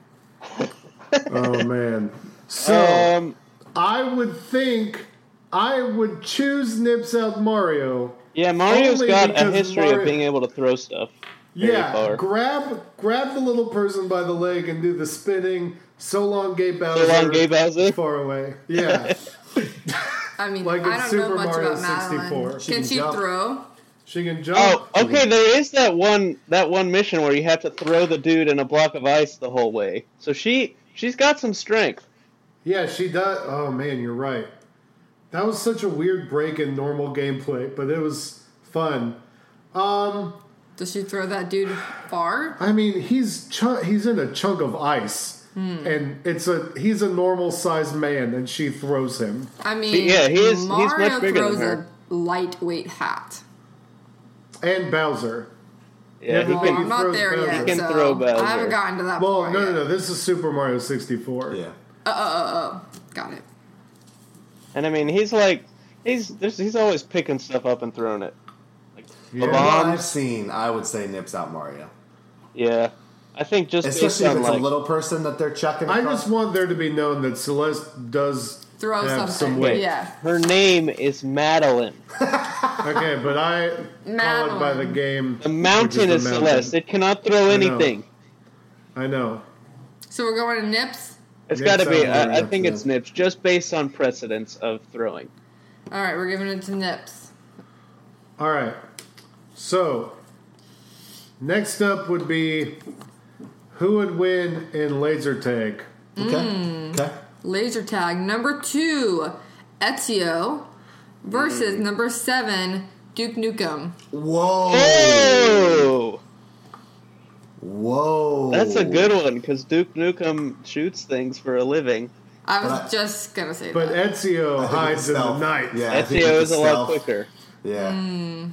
Speaker 1: Oh man. So
Speaker 2: Um,
Speaker 1: I would think I would choose Nips Out Mario.
Speaker 2: yeah, Mario's
Speaker 1: Only
Speaker 2: got a
Speaker 1: because
Speaker 2: history
Speaker 1: Mario-
Speaker 2: of being able to throw stuff. very
Speaker 1: Yeah,
Speaker 2: far.
Speaker 1: grab grab the little person by the leg and do the spinning. So long, Gay Bowser.
Speaker 2: So long, Gay Bowser.
Speaker 1: Far away.
Speaker 2: <laughs>
Speaker 1: Yeah,
Speaker 3: I mean,
Speaker 1: Like in
Speaker 3: I don't
Speaker 1: Super
Speaker 3: know much
Speaker 1: Mario
Speaker 3: about Madeline.
Speaker 1: 64. She
Speaker 3: Can
Speaker 4: can
Speaker 3: she
Speaker 4: jump.
Speaker 3: throw?
Speaker 1: she can jump.
Speaker 2: Oh, okay. There is that one that one mission where you have to throw the dude in a block of ice the whole way. So she she's got some strength.
Speaker 1: Yeah, she does. Oh man, you're right. That was such a weird break in normal gameplay, but it was fun.
Speaker 3: Does she throw that dude far?
Speaker 1: I mean, he's chu- he's in a chunk of ice, and it's a he's a normal sized man, and she throws him.
Speaker 3: I mean,
Speaker 2: Yeah, he is- he's much
Speaker 3: Mario
Speaker 2: bigger than
Speaker 3: throws
Speaker 2: her.
Speaker 3: a lightweight hat.
Speaker 1: And Bowser.
Speaker 2: Yeah, he
Speaker 1: Well,
Speaker 3: Well,
Speaker 2: can.
Speaker 3: I'm not there
Speaker 1: He
Speaker 3: yet.
Speaker 2: can
Speaker 3: so
Speaker 2: throw Bowser.
Speaker 3: I haven't gotten to that
Speaker 1: Well,
Speaker 3: point.
Speaker 1: no, no,
Speaker 3: yet.
Speaker 1: no. This is Super Mario 64.
Speaker 4: Yeah.
Speaker 3: Got it.
Speaker 2: And I mean, he's like he's there's, he's always picking stuff up and throwing it. Like
Speaker 1: Yeah.
Speaker 2: the
Speaker 4: From what I've
Speaker 2: bombs.
Speaker 4: seen, I would say nips out Mario.
Speaker 2: Yeah, I think just based
Speaker 4: Especially if
Speaker 2: on
Speaker 4: it's a
Speaker 2: like
Speaker 4: little person that they're chucking
Speaker 1: I
Speaker 4: across.
Speaker 1: just want there to be known that Celeste does
Speaker 3: Throw
Speaker 1: have
Speaker 3: something.
Speaker 1: some
Speaker 2: wait,
Speaker 1: weight.
Speaker 3: Yeah.
Speaker 2: her name is Madeline.
Speaker 1: Okay, but
Speaker 4: <laughs>
Speaker 1: I call it by
Speaker 3: Madeline.
Speaker 1: the game.
Speaker 2: The mountain
Speaker 1: which
Speaker 2: is
Speaker 1: the
Speaker 2: Celeste. It cannot throw
Speaker 1: know.
Speaker 2: anything.
Speaker 1: I know.
Speaker 3: So we're going to nips.
Speaker 2: It's
Speaker 1: Nips
Speaker 2: got to be.
Speaker 1: out
Speaker 2: I, I
Speaker 1: Mario,
Speaker 2: think
Speaker 1: yeah.
Speaker 2: it's Nips, just based on precedence of throwing.
Speaker 3: All right, we're giving it to nips.
Speaker 1: All right. So next up would be who would win in laser tag? Mm.
Speaker 4: Okay. Okay.
Speaker 3: Laser tag number two, Ezio, versus
Speaker 1: Mm.
Speaker 3: number seven, Duke Nukem.
Speaker 4: Whoa.
Speaker 2: Oh,
Speaker 4: Whoa.
Speaker 2: that's a good one because Duke Nukem shoots things for a living.
Speaker 3: I was
Speaker 4: But I-
Speaker 3: just gonna say
Speaker 1: But
Speaker 3: that.
Speaker 1: Ezio
Speaker 4: I think
Speaker 1: hides
Speaker 4: it's
Speaker 1: in the
Speaker 4: stealth.
Speaker 1: night.
Speaker 4: Yeah, I think
Speaker 2: Ezio
Speaker 4: it's
Speaker 2: is a lot
Speaker 4: stealth.
Speaker 2: quicker.
Speaker 4: Yeah.
Speaker 1: Mm.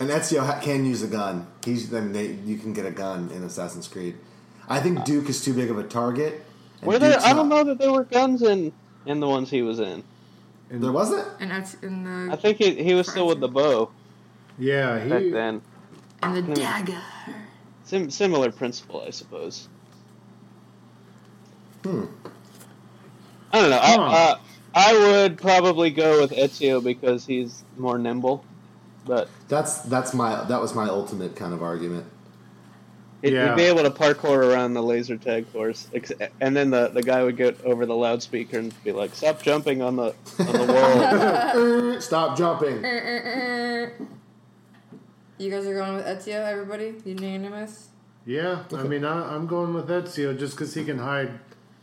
Speaker 4: And Ezio ha- can use a gun. He's I mean, they, you can get a gun in Assassin's Creed. I think Duke is too big of a target. and
Speaker 2: Uh. Were there?
Speaker 4: Duke's
Speaker 2: I don't
Speaker 4: not-
Speaker 2: know that there were guns in in the ones he was in.
Speaker 4: There wasn't.
Speaker 3: And that's in
Speaker 2: I
Speaker 3: the
Speaker 2: think he he was still with the bow
Speaker 1: Yeah,
Speaker 2: back
Speaker 1: he
Speaker 2: then.
Speaker 3: in
Speaker 2: Hmm.
Speaker 3: the dagger.
Speaker 2: Sim- similar principle, I suppose. Hmm. I don't know. I,
Speaker 1: Huh.
Speaker 2: uh, I would probably go with Ezio because he's more nimble, but
Speaker 4: That's that's my that was my ultimate kind of argument.
Speaker 2: he'd,
Speaker 1: Yeah.
Speaker 2: he'd be able to parkour around the laser tag course, ex- and then the, the guy would go over the loudspeaker and be like, "Stop jumping on the on the
Speaker 1: <laughs>
Speaker 2: wall."
Speaker 4: Stop jumping.
Speaker 3: Uh, uh, uh. You guys are going with Ezio, everybody? Unanimous?
Speaker 1: Yeah, I mean, I, I'm going with Ezio just because he can hide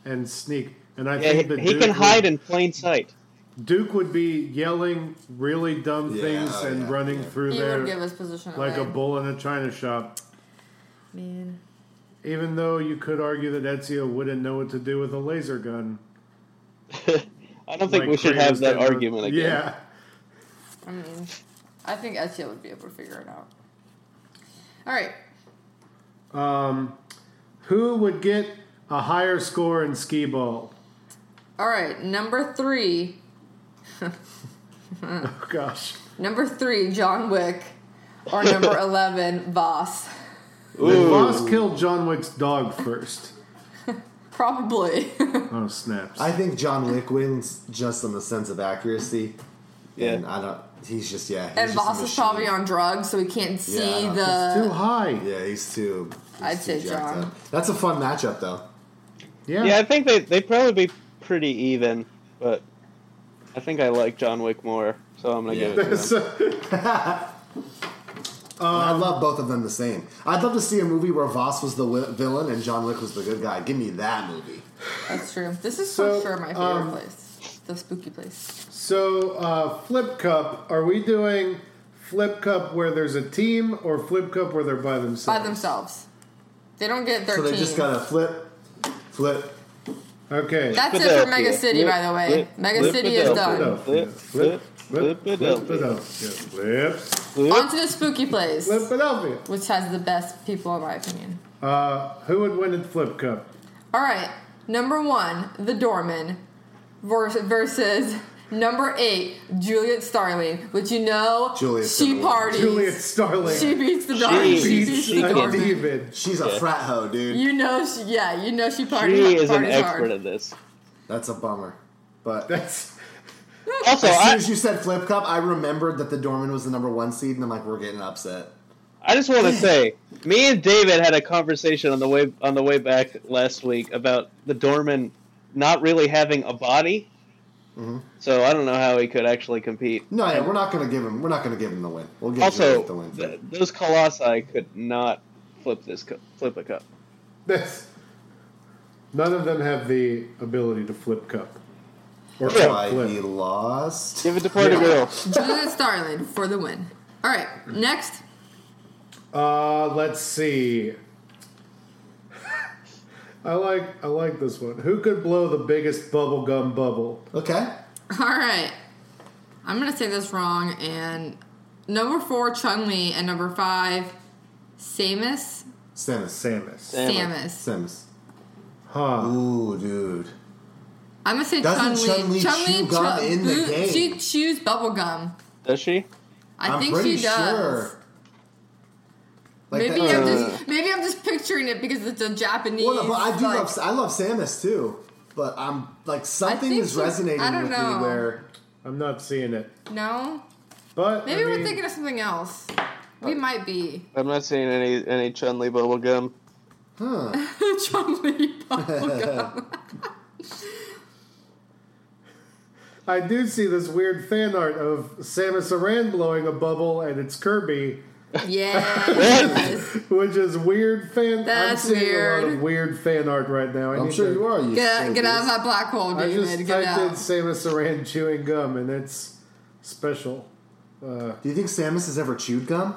Speaker 1: and sneak, and I
Speaker 2: yeah,
Speaker 1: think that
Speaker 2: he, he
Speaker 1: Duke
Speaker 2: can
Speaker 1: would-
Speaker 2: hide in plain sight. <laughs>
Speaker 1: Duke would be yelling really dumb
Speaker 4: Yeah,
Speaker 1: things
Speaker 4: oh,
Speaker 1: and
Speaker 4: yeah,
Speaker 1: running
Speaker 4: yeah.
Speaker 1: through
Speaker 3: He would give
Speaker 1: there
Speaker 3: his position
Speaker 1: like a
Speaker 3: away.
Speaker 1: bull in a china shop.
Speaker 3: Man.
Speaker 1: Even though you could argue that Ezio wouldn't know what to do with a laser gun.
Speaker 2: I don't think
Speaker 1: like
Speaker 2: we should
Speaker 1: Kratos
Speaker 2: have that
Speaker 1: did with-
Speaker 2: argument again.
Speaker 1: Yeah,
Speaker 3: I mean, I think Ezio would be able to figure it out. All right.
Speaker 1: Um, who would get a higher score in skee ball? <laughs>
Speaker 3: All right. Number three.
Speaker 1: Oh gosh,
Speaker 3: Number three, John Wick.
Speaker 1: <laughs>
Speaker 3: Or number 11, Voss.
Speaker 1: Did Boss killed John Wick's dog first.
Speaker 3: Probably. <laughs>
Speaker 1: Oh snaps!
Speaker 4: I think John Wick wins just on the sense of accuracy.
Speaker 2: Yeah.
Speaker 4: And I don't. He's just yeah. He's
Speaker 3: and
Speaker 4: just a
Speaker 3: Voss is
Speaker 4: machine.
Speaker 3: probably on drugs, so we can't see
Speaker 4: Yeah.
Speaker 1: it's too
Speaker 3: the.
Speaker 1: high.
Speaker 4: Yeah, he's too. he's
Speaker 3: I'd
Speaker 4: too
Speaker 3: say
Speaker 4: jacked
Speaker 3: John.
Speaker 4: up. That's a fun matchup though.
Speaker 1: Yeah,
Speaker 2: Yeah,
Speaker 1: <laughs>
Speaker 2: I think they they probably be pretty even, but I think I like John Wick more, so I'm gonna
Speaker 4: Yeah.
Speaker 2: give it
Speaker 4: <laughs>
Speaker 2: to him.
Speaker 4: I
Speaker 2: Um,
Speaker 4: love both of them the same. I'd love to see a movie where Voss was the wi- villain and John Wick was the good guy. Give me that movie.
Speaker 3: That's true. This is
Speaker 1: So,
Speaker 3: for sure my favorite
Speaker 1: um,
Speaker 3: place. The spooky place.
Speaker 1: So, uh, Flip Cup, are we doing Flip Cup where there's a team or Flip Cup where they're by themselves?
Speaker 3: By themselves. They don't get their
Speaker 4: So they
Speaker 3: team.
Speaker 4: just gotta flip, flip,
Speaker 1: Okay.
Speaker 3: That's it
Speaker 2: Philadelphia.
Speaker 3: for Mega City, by the way.
Speaker 2: Flip-
Speaker 3: Mega
Speaker 2: flip
Speaker 3: City is
Speaker 2: Philadelphia.
Speaker 3: done.
Speaker 2: Flip, flip, flip Philadelphia.
Speaker 1: Philadelphia. Yeah, Flip,
Speaker 2: Flip.
Speaker 3: On to the spooky place,
Speaker 1: flip Philadelphia.
Speaker 3: which has the best people, in my opinion.
Speaker 1: Uh, who would win in Flip Cup?
Speaker 3: All right, number one, the doorman vers- versus number eight, Juliet Starling, which you know
Speaker 4: Juliet's
Speaker 3: she
Speaker 4: gonna win.
Speaker 3: parties.
Speaker 1: Juliet Starling.
Speaker 3: <laughs> She beats the dog. She,
Speaker 2: She
Speaker 3: beats
Speaker 1: beats
Speaker 3: the
Speaker 2: can
Speaker 1: a
Speaker 2: gonna
Speaker 3: dog.
Speaker 2: be-
Speaker 1: demon.
Speaker 4: She's a frat hoe, dude.
Speaker 3: You know, she, yeah, you know she parties.
Speaker 2: She is an
Speaker 3: parties
Speaker 2: expert
Speaker 3: hard.
Speaker 2: at this.
Speaker 4: That's a bummer.
Speaker 2: <laughs>
Speaker 4: But as
Speaker 1: That's
Speaker 2: Also,
Speaker 4: soon
Speaker 2: I,
Speaker 4: as you said Flip Cup, I remembered that the Dorman was the number one seed, and I'm like, we're getting upset.
Speaker 2: I just
Speaker 4: <laughs>
Speaker 2: want to say, me and David had a conversation on the way on the way back last week about the doorman not really having a body.
Speaker 4: Mm-hmm.
Speaker 2: So I don't know how he could actually compete.
Speaker 4: No, yeah, we're not gonna give him. We're not gonna give him the win. We'll give
Speaker 2: Also,
Speaker 4: Juliet the win.
Speaker 2: th- those colossi could not flip this cup, flip a cup.
Speaker 1: that's. None of them have the ability to flip cup or
Speaker 2: Yeah.
Speaker 1: cup
Speaker 4: Why he
Speaker 1: flip.
Speaker 4: lost?
Speaker 2: Give it to Party Girl.
Speaker 3: Juliet Starling for the win. All right, next.
Speaker 1: Uh, let's see. <laughs> I like I like this one. Who could blow the biggest bubblegum bubble?
Speaker 4: Okay.
Speaker 3: All right. I'm going to say this wrong. And number four, Chun Li. And number five, Samus.
Speaker 4: Samus.
Speaker 1: Samus.
Speaker 2: Samus.
Speaker 3: Samus.
Speaker 4: Samus.
Speaker 1: Huh.
Speaker 4: Ooh, dude.
Speaker 3: I'm going to say Chun
Speaker 4: Doesn't
Speaker 3: Li.
Speaker 4: Chun-Li chew gum in the game?
Speaker 3: She chews bubblegum.
Speaker 2: Does she?
Speaker 3: I
Speaker 4: am
Speaker 3: think
Speaker 4: pretty
Speaker 3: she does.
Speaker 4: sure. Like
Speaker 3: maybe
Speaker 4: that-
Speaker 3: I'm just maybe I'm just picturing it because it's a Japanese.
Speaker 4: Well, no, but I do
Speaker 3: like-
Speaker 4: love I love Samus too, but I'm like something
Speaker 3: think
Speaker 4: is
Speaker 3: she-
Speaker 4: resonating
Speaker 3: I don't
Speaker 4: with
Speaker 3: know.
Speaker 4: me where
Speaker 1: I'm not seeing it.
Speaker 3: No,
Speaker 1: But
Speaker 3: maybe
Speaker 1: I
Speaker 3: we're
Speaker 1: mean,
Speaker 3: thinking of something else.
Speaker 4: Uh.
Speaker 3: We might be <laughs>
Speaker 2: I'm not seeing any any Chun Li bubblegum.
Speaker 4: huh?
Speaker 3: Chun Li
Speaker 4: <laughs>
Speaker 3: <laughs> bubblegum.
Speaker 1: I do see this weird fan art of Samus Aran blowing a bubble and it's Kirby,
Speaker 3: yes.
Speaker 1: which is weird fan.
Speaker 3: That's
Speaker 1: I'm seeing a lot
Speaker 3: weird.
Speaker 1: of weird fan art right now. I
Speaker 4: I'm
Speaker 1: need
Speaker 4: sure
Speaker 1: to-
Speaker 4: you are. You
Speaker 3: Get, get out of
Speaker 4: Samus.
Speaker 3: that black hole,
Speaker 1: I
Speaker 3: David.
Speaker 1: just
Speaker 3: get
Speaker 1: typed in
Speaker 3: out.
Speaker 1: Samus Aran chewing gum and it's special.
Speaker 4: Do you think Samus has ever chewed gum?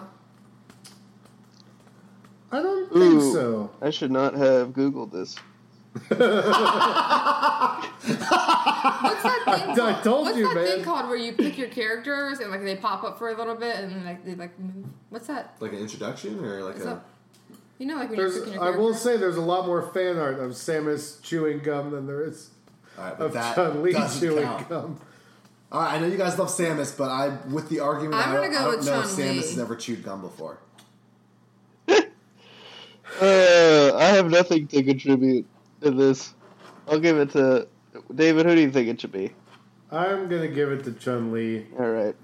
Speaker 1: I don't
Speaker 2: Ooh.
Speaker 1: think so.
Speaker 2: I should not have googled this.
Speaker 3: What's that
Speaker 1: <laughs>
Speaker 3: thing?
Speaker 1: I
Speaker 3: called-
Speaker 1: told
Speaker 3: what's
Speaker 1: you,
Speaker 3: that thing
Speaker 1: man.
Speaker 3: called where you pick your characters and like they pop up for a little bit and then like they like move? what's that?
Speaker 4: Like an introduction or like
Speaker 3: What's
Speaker 4: a
Speaker 3: up? You know, like when you're
Speaker 1: There's,
Speaker 3: picking your
Speaker 1: I
Speaker 3: character.
Speaker 1: will say there's a lot more fan art of Samus chewing gum than there is
Speaker 4: all right, but
Speaker 1: of
Speaker 4: that
Speaker 1: Chun Li
Speaker 4: doesn't
Speaker 1: chewing
Speaker 4: count.
Speaker 1: gum.
Speaker 4: All right, I know you guys love Samus, but I with the argument
Speaker 3: I'm
Speaker 4: I
Speaker 3: gonna
Speaker 4: don't,
Speaker 3: go
Speaker 4: I don't
Speaker 3: with
Speaker 4: know if
Speaker 3: Chun-Li.
Speaker 4: Samus has ever chewed gum before.
Speaker 2: Uh, I have nothing to contribute to this. I'll give it to David. Who do you think it should be?
Speaker 1: I'm gonna give it to Chun Li.
Speaker 2: All right,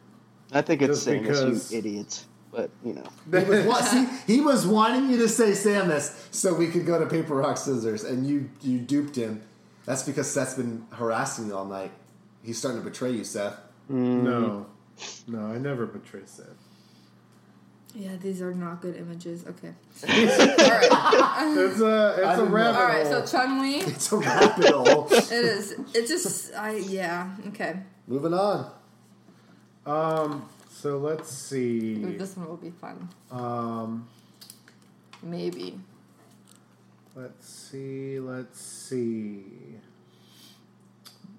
Speaker 2: I think it's
Speaker 1: Just
Speaker 2: Samus.
Speaker 1: because-
Speaker 2: You idiots. But you know,
Speaker 4: He was, wa-
Speaker 3: <laughs>
Speaker 4: see, he was wanting you to say Samus so we could go to paper rock scissors, and you you duped him. That's because Seth's been harassing you all night. He's starting to betray you, Seth. <laughs>
Speaker 1: No, no, I never betray Seth.
Speaker 3: Yeah, these are not good images. Okay. All right.
Speaker 1: It's a it's a
Speaker 4: didn't know.
Speaker 1: rabbit
Speaker 3: All right.
Speaker 1: hole.
Speaker 3: So
Speaker 1: <laughs>
Speaker 3: Chun Li. It
Speaker 4: It's a
Speaker 3: <laughs>
Speaker 4: rabbit hole.
Speaker 3: is. It just. I. Yeah. Okay.
Speaker 4: Moving on.
Speaker 1: um, so let's
Speaker 3: Ooh,
Speaker 1: see.
Speaker 3: this one will be fun.
Speaker 1: Um,
Speaker 3: Maybe.
Speaker 1: let's see. Let's see.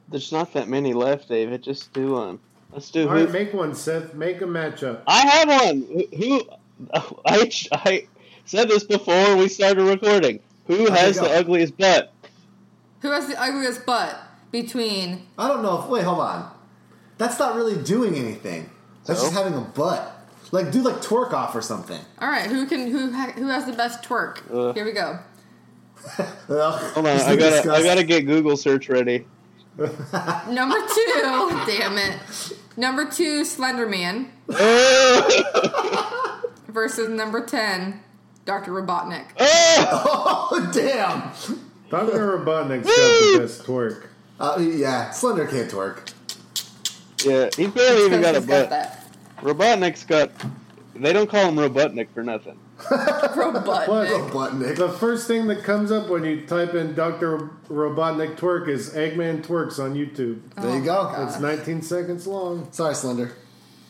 Speaker 2: there's not that many left, David. Just do one. Let's do
Speaker 1: All
Speaker 2: who.
Speaker 1: right, make one, Seth. Make a matchup.
Speaker 2: I have one. Who- Who? <laughs> I I said this before we started recording. Who has
Speaker 4: go.
Speaker 2: the ugliest butt?
Speaker 3: Who has the ugliest butt between?
Speaker 4: I don't know if. Wait, hold on. That's not really doing anything. That's just
Speaker 2: So?
Speaker 4: having a butt. Like, do like twerk off or something.
Speaker 3: All right. Who can? Who? Ha, who has the best twerk?
Speaker 1: Uh.
Speaker 2: Ugh.
Speaker 3: Here we go.
Speaker 4: Hold
Speaker 2: Hold on, I gotta I gotta get Google search ready. <laughs>
Speaker 3: Number two. <laughs> damn it. Number two, Slender Man
Speaker 2: Oh, <laughs>
Speaker 3: versus number ten, Doctor Robotnik.
Speaker 2: oh!
Speaker 4: <laughs> Oh damn! <laughs>
Speaker 1: Dr. Robotnik's got the best twerk.
Speaker 4: Uh, yeah, Slender can't twerk.
Speaker 2: Yeah, he barely even got a
Speaker 3: He's
Speaker 2: butt.
Speaker 3: that.
Speaker 2: Robotnik's got. They don't call him Robotnik for nothing.
Speaker 3: Robotnik.
Speaker 1: Plus-
Speaker 4: Butt Oh, Nick.
Speaker 1: The first thing that comes up when you type in Dr. Robotnik twerk is Eggman twerks on YouTube.
Speaker 4: There
Speaker 3: Oh,
Speaker 4: you go.
Speaker 3: God.
Speaker 1: It's 19 seconds long.
Speaker 4: Sorry, Slender.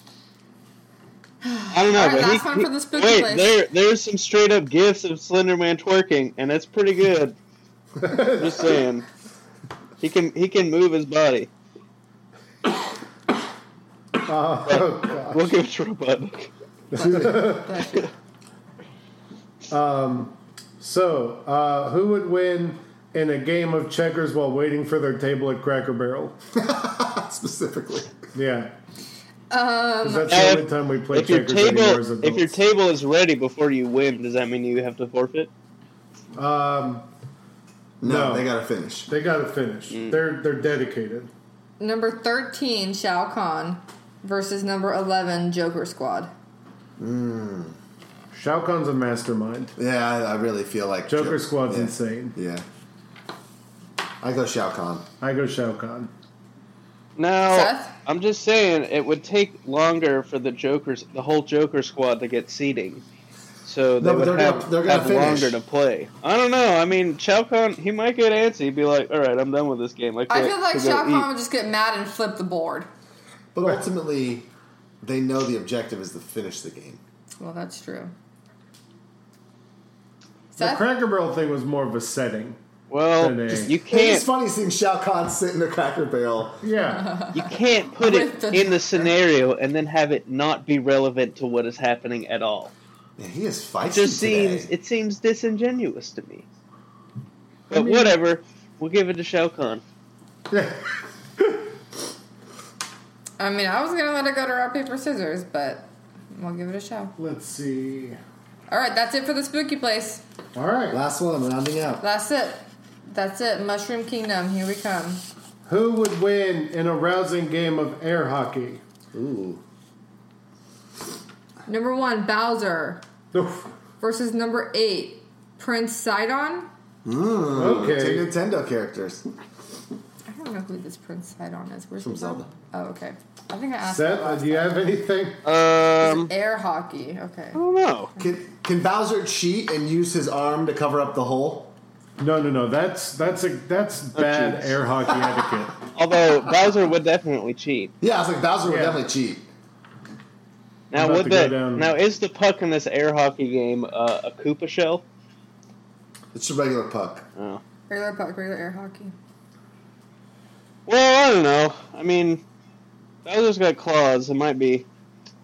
Speaker 4: <laughs>
Speaker 2: I don't know.
Speaker 3: Alright,
Speaker 2: but he-
Speaker 3: last one
Speaker 2: he-
Speaker 3: for the spooky
Speaker 2: wait,
Speaker 3: place.
Speaker 2: there there's some
Speaker 1: <laughs>
Speaker 2: straight up gifs of Slender Man twerking, and that's pretty good. Just saying. He can he can move his body.
Speaker 1: Oh, God.
Speaker 2: We'll give it to Robotnik.
Speaker 3: Bless you.
Speaker 1: So, uh, who would win in a game of checkers while waiting for their table at Cracker Barrel?
Speaker 4: specifically.
Speaker 1: Yeah. Um, that's
Speaker 2: Uh,
Speaker 1: the only time we play
Speaker 2: If your
Speaker 1: checkers anymore as
Speaker 2: table if
Speaker 1: adults.
Speaker 2: your table is ready before you win, does that mean you have to forfeit?
Speaker 1: um,
Speaker 4: No,
Speaker 1: No.
Speaker 4: they gotta finish.
Speaker 1: they got to finish.
Speaker 2: Mm.
Speaker 1: They're they're dedicated.
Speaker 3: Number 13, Shao Kahn versus number 11, Joker Squad.
Speaker 1: Shao Kahn's a mastermind.
Speaker 4: Yeah, I, I really feel like
Speaker 1: Joker Squad's
Speaker 4: yeah.
Speaker 1: insane.
Speaker 4: Yeah, I go Shao Kahn.
Speaker 1: I go Shao Kahn.
Speaker 2: Now,
Speaker 3: Seth?
Speaker 2: I'm just saying it would take longer for the Joker's the whole Joker squad to get seating. So they
Speaker 4: No, but
Speaker 2: would
Speaker 4: they're
Speaker 2: have,
Speaker 4: gonna- they're gonna
Speaker 2: have
Speaker 4: finish.
Speaker 2: longer to play. I don't know. I mean, Shao Kahn, he might get antsy, he'd be like, "All right, I'm done with this game." Like,
Speaker 3: I feel like
Speaker 2: to go
Speaker 3: Shao Kahn
Speaker 2: eat.
Speaker 3: would just get mad and flip the board.
Speaker 4: But ultimately, they know the objective is to finish the game.
Speaker 3: Well, that's true.
Speaker 1: The
Speaker 3: Seth?
Speaker 1: Cracker Barrel thing was more of a setting.
Speaker 2: Well,
Speaker 1: Today.
Speaker 2: you
Speaker 4: It's
Speaker 2: can't
Speaker 4: funny seeing Shao Kahn sit in a Cracker Barrel.
Speaker 2: <laughs>
Speaker 1: Yeah. <laughs>
Speaker 2: you can't put it
Speaker 3: With the-
Speaker 2: in the scenario and then have it not be relevant to what is happening at all.
Speaker 4: Man, he is fighting
Speaker 2: It just
Speaker 4: today.
Speaker 2: seems it seems disingenuous to me. But
Speaker 1: mean-
Speaker 2: whatever, we'll give it to Shao Kahn.
Speaker 3: I mean, I was going to let it go to rock, paper, scissors, but we'll give it a shot.
Speaker 1: Let's see.
Speaker 3: All right, that's it for the spooky place.
Speaker 1: All right.
Speaker 4: Last one, rounding out.
Speaker 3: That's it. That's it. Mushroom Kingdom, here we come.
Speaker 1: Who would win in a rousing game of air hockey? <laughs>
Speaker 4: Ooh,
Speaker 3: Number one, Bowser
Speaker 1: Oof.
Speaker 3: versus number eight, Prince Sidon.
Speaker 1: Okay.
Speaker 4: two Nintendo characters.
Speaker 3: I don't know who this Prince Sidon is. Where's
Speaker 4: From
Speaker 3: he from?
Speaker 4: Zelda.
Speaker 3: Oh, okay. I think I asked.
Speaker 1: Seth, uh, do you have anything?
Speaker 2: Um,
Speaker 3: Air hockey. Okay.
Speaker 2: I don't know.
Speaker 4: Can, can Bowser cheat and use his arm to cover up the hole?
Speaker 1: No, no, no. That's that's a that's bad
Speaker 2: jeez.
Speaker 1: air hockey etiquette.
Speaker 2: Although Bowser would definitely cheat.
Speaker 4: Yeah, I was like, Bowser would
Speaker 1: Yeah.
Speaker 4: definitely cheat.
Speaker 2: Now
Speaker 1: about
Speaker 2: would
Speaker 1: to go
Speaker 2: the
Speaker 1: down.
Speaker 2: now is the puck in this air hockey game uh, a Koopa shell?
Speaker 4: It's a regular puck.
Speaker 2: Oh.
Speaker 3: Regular puck, regular air hockey.
Speaker 2: Well, I don't know. I mean, Bowser's got claws. It might be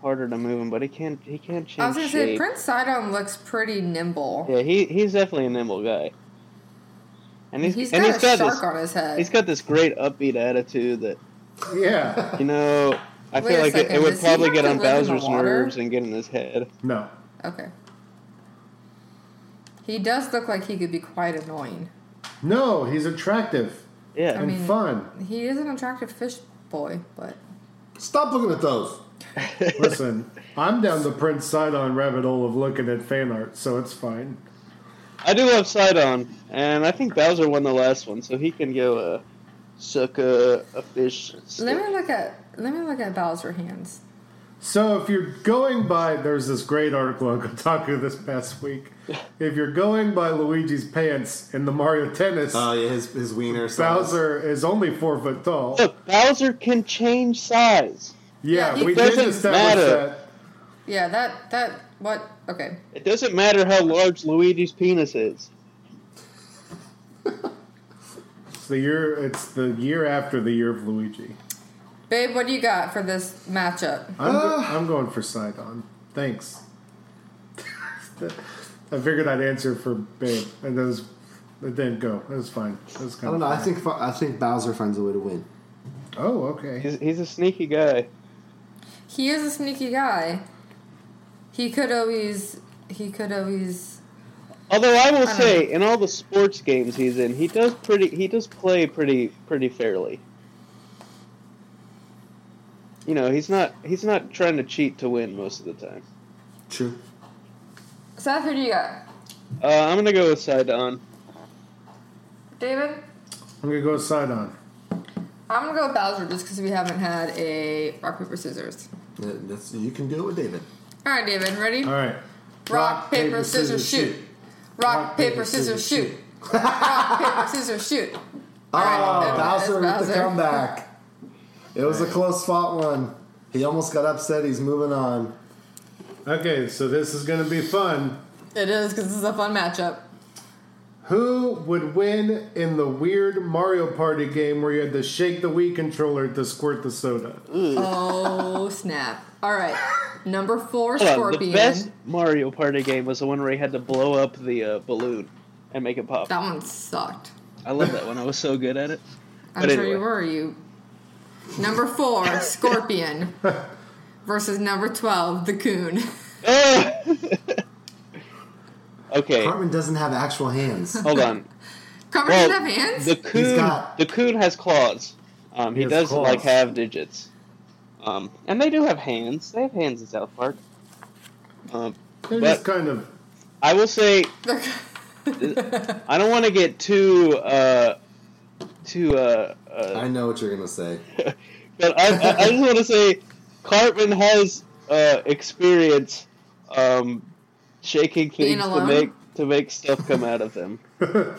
Speaker 2: harder to move him, but he can't he can't change
Speaker 3: I was gonna say
Speaker 2: shape.
Speaker 3: Prince Sidon looks pretty nimble.
Speaker 2: Yeah, he he's definitely a nimble guy. And he's,
Speaker 3: He's got
Speaker 2: and
Speaker 3: a
Speaker 2: he's got
Speaker 3: shark
Speaker 2: this
Speaker 3: on his head.
Speaker 2: he's got this great upbeat attitude that
Speaker 1: Yeah.
Speaker 2: you know I
Speaker 3: Wait
Speaker 2: feel
Speaker 3: a
Speaker 2: like it,
Speaker 3: second,
Speaker 2: it would
Speaker 3: does he
Speaker 2: probably
Speaker 3: have
Speaker 2: get
Speaker 3: to
Speaker 2: on
Speaker 3: live in the
Speaker 2: Bowser's
Speaker 3: water?
Speaker 2: nerves and get in his head.
Speaker 1: No.
Speaker 3: okay. He does look like he could be quite annoying.
Speaker 1: No, he's attractive
Speaker 2: Yeah.
Speaker 1: and
Speaker 3: mean-
Speaker 1: fun.
Speaker 3: He is an attractive fish boy, but
Speaker 4: Stop looking at those.
Speaker 1: Listen, I'm down the Prince Sidon rabbit hole of looking at fan art, so it's fine.
Speaker 2: I do love Sidon, and I think Bowser won the last one, so he can go uh, suck a, a fish.
Speaker 3: let me look at let me look at Bowser hands.
Speaker 1: So if you're going by, there's this great article on Kotaku this past week. If you're going by Luigi's pants in the Mario Tennis,
Speaker 4: Oh yeah, his his wiener. size.
Speaker 1: Bowser is only four foot tall.
Speaker 2: Look, Bowser can change size.
Speaker 1: Yeah,
Speaker 3: Yeah, he-
Speaker 1: we did
Speaker 2: Doesn't
Speaker 1: establish
Speaker 2: matter.
Speaker 1: that.
Speaker 3: Yeah, that that what okay.
Speaker 2: It doesn't matter how large Luigi's penis is.
Speaker 1: It's the year. It's the year after the year of Luigi.
Speaker 3: Babe, what do you got for this matchup?
Speaker 1: I'm, go-
Speaker 2: Ah.
Speaker 1: I'm going for Sidon. Thanks. <laughs> I figured I'd answer for Babe, and that was it. Didn't go. It was fine. It was kind
Speaker 4: I don't
Speaker 2: Oh,
Speaker 1: of.
Speaker 4: know. I think I think Bowser finds a way to win.
Speaker 1: Oh, okay.
Speaker 2: He's, he's a sneaky guy.
Speaker 3: He is a sneaky guy. He could always he could always
Speaker 2: Although I will
Speaker 3: don't
Speaker 2: say, in all the sports games he's in, he does pretty. He does play pretty pretty fairly. You know, he's not he's not trying to cheat to win most of the time.
Speaker 4: True.
Speaker 3: Seth, who do you got?
Speaker 2: Uh, I'm gonna go with Sidon.
Speaker 3: David?
Speaker 1: I'm gonna go with Sidon.
Speaker 3: I'm gonna go with Bowser just because we haven't had a rock, paper, scissors.
Speaker 4: That- That's, you can do it with David.
Speaker 3: Alright, David, ready?
Speaker 1: All right.
Speaker 3: Rock, paper, scissors, shoot. Rock, paper, scissors, shoot. Rock, paper, scissors, <laughs> shoot. All right,
Speaker 4: Oh,
Speaker 3: there it is,
Speaker 4: Bowser with the
Speaker 3: Bowser.
Speaker 4: comeback. It was a close fought one. He almost got upset. He's moving on.
Speaker 1: Okay, so this is gonna be fun.
Speaker 3: It is because this is a fun matchup.
Speaker 1: Who would win in the weird Mario Party game where you had to shake the Wii controller to squirt the soda?
Speaker 2: Mm.
Speaker 3: Oh snap! All <laughs> right, number four,
Speaker 2: Hold on,
Speaker 3: Scorpion.
Speaker 2: The best Mario Party game was the one where he had to blow up the uh, balloon and make it pop.
Speaker 3: That one sucked.
Speaker 2: I love that one. I was so good at it.
Speaker 3: I'm
Speaker 2: But
Speaker 3: sure
Speaker 2: anyway.
Speaker 3: you were. You number four, Scorpion versus number twelve, the Coon.
Speaker 2: <laughs> okay,
Speaker 4: Cartman doesn't have actual hands.
Speaker 2: hold on.
Speaker 3: Covered
Speaker 2: Well,
Speaker 3: in have hands.
Speaker 2: the coon,
Speaker 4: got-
Speaker 2: the coon has claws. Um, he,
Speaker 1: has
Speaker 2: does
Speaker 1: claws.
Speaker 2: like have digits. Um, and they do have hands. They have hands in South Park. Um,
Speaker 1: They're
Speaker 2: But-
Speaker 1: just kind of.
Speaker 2: I will say I don't want to get too uh, too uh, uh,
Speaker 4: <laughs> I know what you're gonna say.
Speaker 2: But I, I, I just want to say, Cartman has uh, experience um, shaking
Speaker 3: Being
Speaker 2: things to
Speaker 3: alone?
Speaker 2: make to make stuff come out of them.
Speaker 3: oh,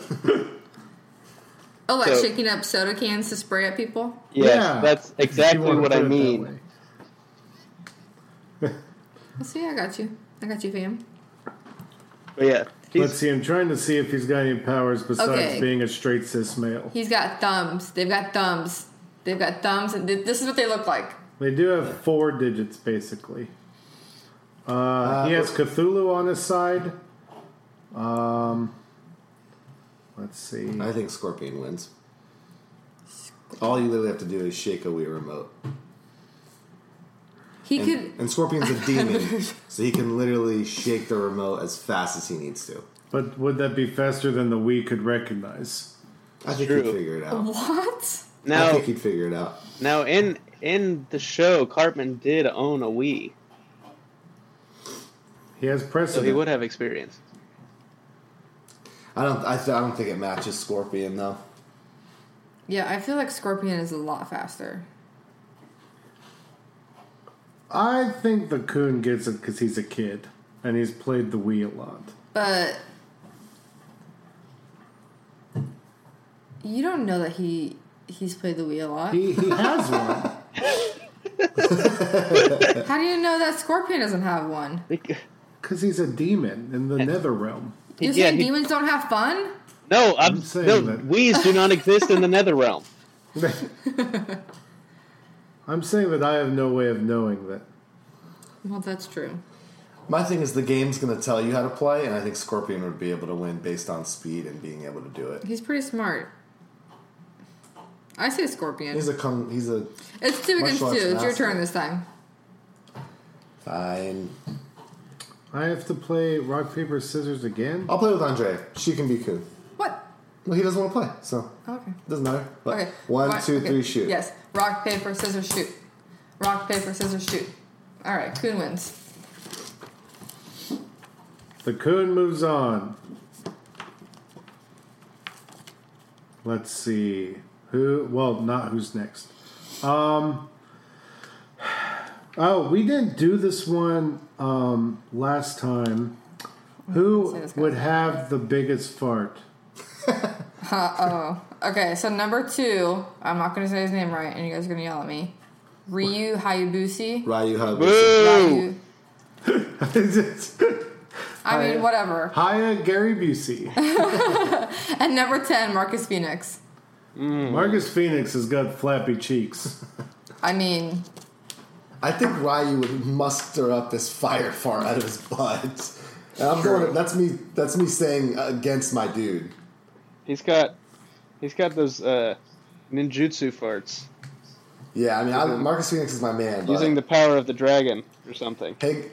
Speaker 3: like
Speaker 2: so-
Speaker 3: shaking up soda cans to spray at people.
Speaker 2: Yes,
Speaker 1: Yeah,
Speaker 2: that's
Speaker 1: if you
Speaker 2: exactly
Speaker 1: wanna
Speaker 2: what
Speaker 1: put
Speaker 2: I
Speaker 1: it that
Speaker 2: mean.
Speaker 1: way.
Speaker 3: Let's see. I got you. I got you, fam.
Speaker 2: But yeah, he's-
Speaker 1: Let's see. I'm trying to see if he's got any powers besides
Speaker 3: Okay.
Speaker 1: being a straight cis male.
Speaker 3: He's got thumbs. They've got thumbs. They've got thumbs, and th- this is what they look like.
Speaker 1: They do have four digits, basically. Uh, he has Cthulhu on his side. Um, let's see.
Speaker 4: I think Scorpion wins. All you literally have to do is shake a Wii remote,
Speaker 3: He
Speaker 4: and,
Speaker 3: could.
Speaker 4: and
Speaker 3: <laughs>
Speaker 4: Scorpion's a demon, so he can literally shake the remote as fast as he needs to.
Speaker 1: But would that be faster than the Wii could recognize?
Speaker 4: I think
Speaker 2: True.
Speaker 4: he'd figure it out.
Speaker 3: What?
Speaker 4: I
Speaker 2: now
Speaker 4: think he'd figure it out.
Speaker 2: now in in the show, Cartman did own a Wii,
Speaker 1: He has
Speaker 2: so
Speaker 1: precedent.
Speaker 2: he would have experience. <laughs>
Speaker 4: I don't. I, th- I don't think it matches Scorpion though.
Speaker 3: Yeah, I feel like Scorpion is a lot faster.
Speaker 1: I think the coon gets it because he's a kid and he's played the Wii a lot.
Speaker 3: But you don't know that he he's played the Wii a lot.
Speaker 1: He, he has one.
Speaker 3: How do you know that Scorpion doesn't have one?
Speaker 2: Like,
Speaker 1: Because he's a demon in the nether realm. <laughs>
Speaker 3: You're
Speaker 2: yeah,
Speaker 3: saying
Speaker 2: he-
Speaker 3: demons don't have fun?
Speaker 2: no, I'm,
Speaker 1: I'm saying
Speaker 2: no,
Speaker 1: that-
Speaker 2: Wii's do not
Speaker 1: <laughs>
Speaker 2: exist in the Nether realm.
Speaker 1: I'm saying that I have no way of knowing that.
Speaker 3: Well, that's true.
Speaker 4: My thing is the game's gonna tell you how to play, and I think Scorpion would be able to win based on speed and being able to do it.
Speaker 3: He's pretty smart. I say Scorpion.
Speaker 4: He's a kung. He's a
Speaker 3: it's two against two.
Speaker 4: martial arts
Speaker 3: It's your
Speaker 4: master.
Speaker 3: turn this time.
Speaker 4: fine.
Speaker 1: I have to play rock, paper, scissors again?
Speaker 4: I'll play with Andre. She can be cool.
Speaker 3: What?
Speaker 4: Well, he doesn't want to play, so
Speaker 3: Okay.
Speaker 4: doesn't matter. But
Speaker 3: Okay.
Speaker 4: one,
Speaker 3: Rock-
Speaker 4: two, three,
Speaker 3: okay.
Speaker 4: shoot.
Speaker 3: Yes. Rock, paper, scissors, shoot. Rock, paper, scissors, shoot. All right. Coon wins.
Speaker 1: The coon moves on. Let's see who. Well, not who's next. Um. Oh, we didn't do this one um, last time.
Speaker 3: Say
Speaker 1: Who
Speaker 3: this guy.
Speaker 1: would have the biggest fart? <laughs>
Speaker 3: Okay, so number two, I'm not gonna say his name right, and you guys are gonna yell at me. Ryu Hayabusa.
Speaker 4: Ryu Hayabusa.
Speaker 2: Boo!
Speaker 3: Ryu. I mean, whatever.
Speaker 1: Hiya, Gary Busey.
Speaker 3: <laughs> And number ten, Marcus Phoenix.
Speaker 1: Marcus Phoenix has got flappy cheeks.
Speaker 3: I mean,
Speaker 4: I think Ryu would muster up this fire fart out of his butt. And I'm going. That's me. That's me saying against my dude.
Speaker 2: He's got he's got those uh, ninjutsu farts
Speaker 4: Yeah, I mean, I, Marcus Phoenix is my man. But
Speaker 2: using the power of the dragon or something.
Speaker 4: hey,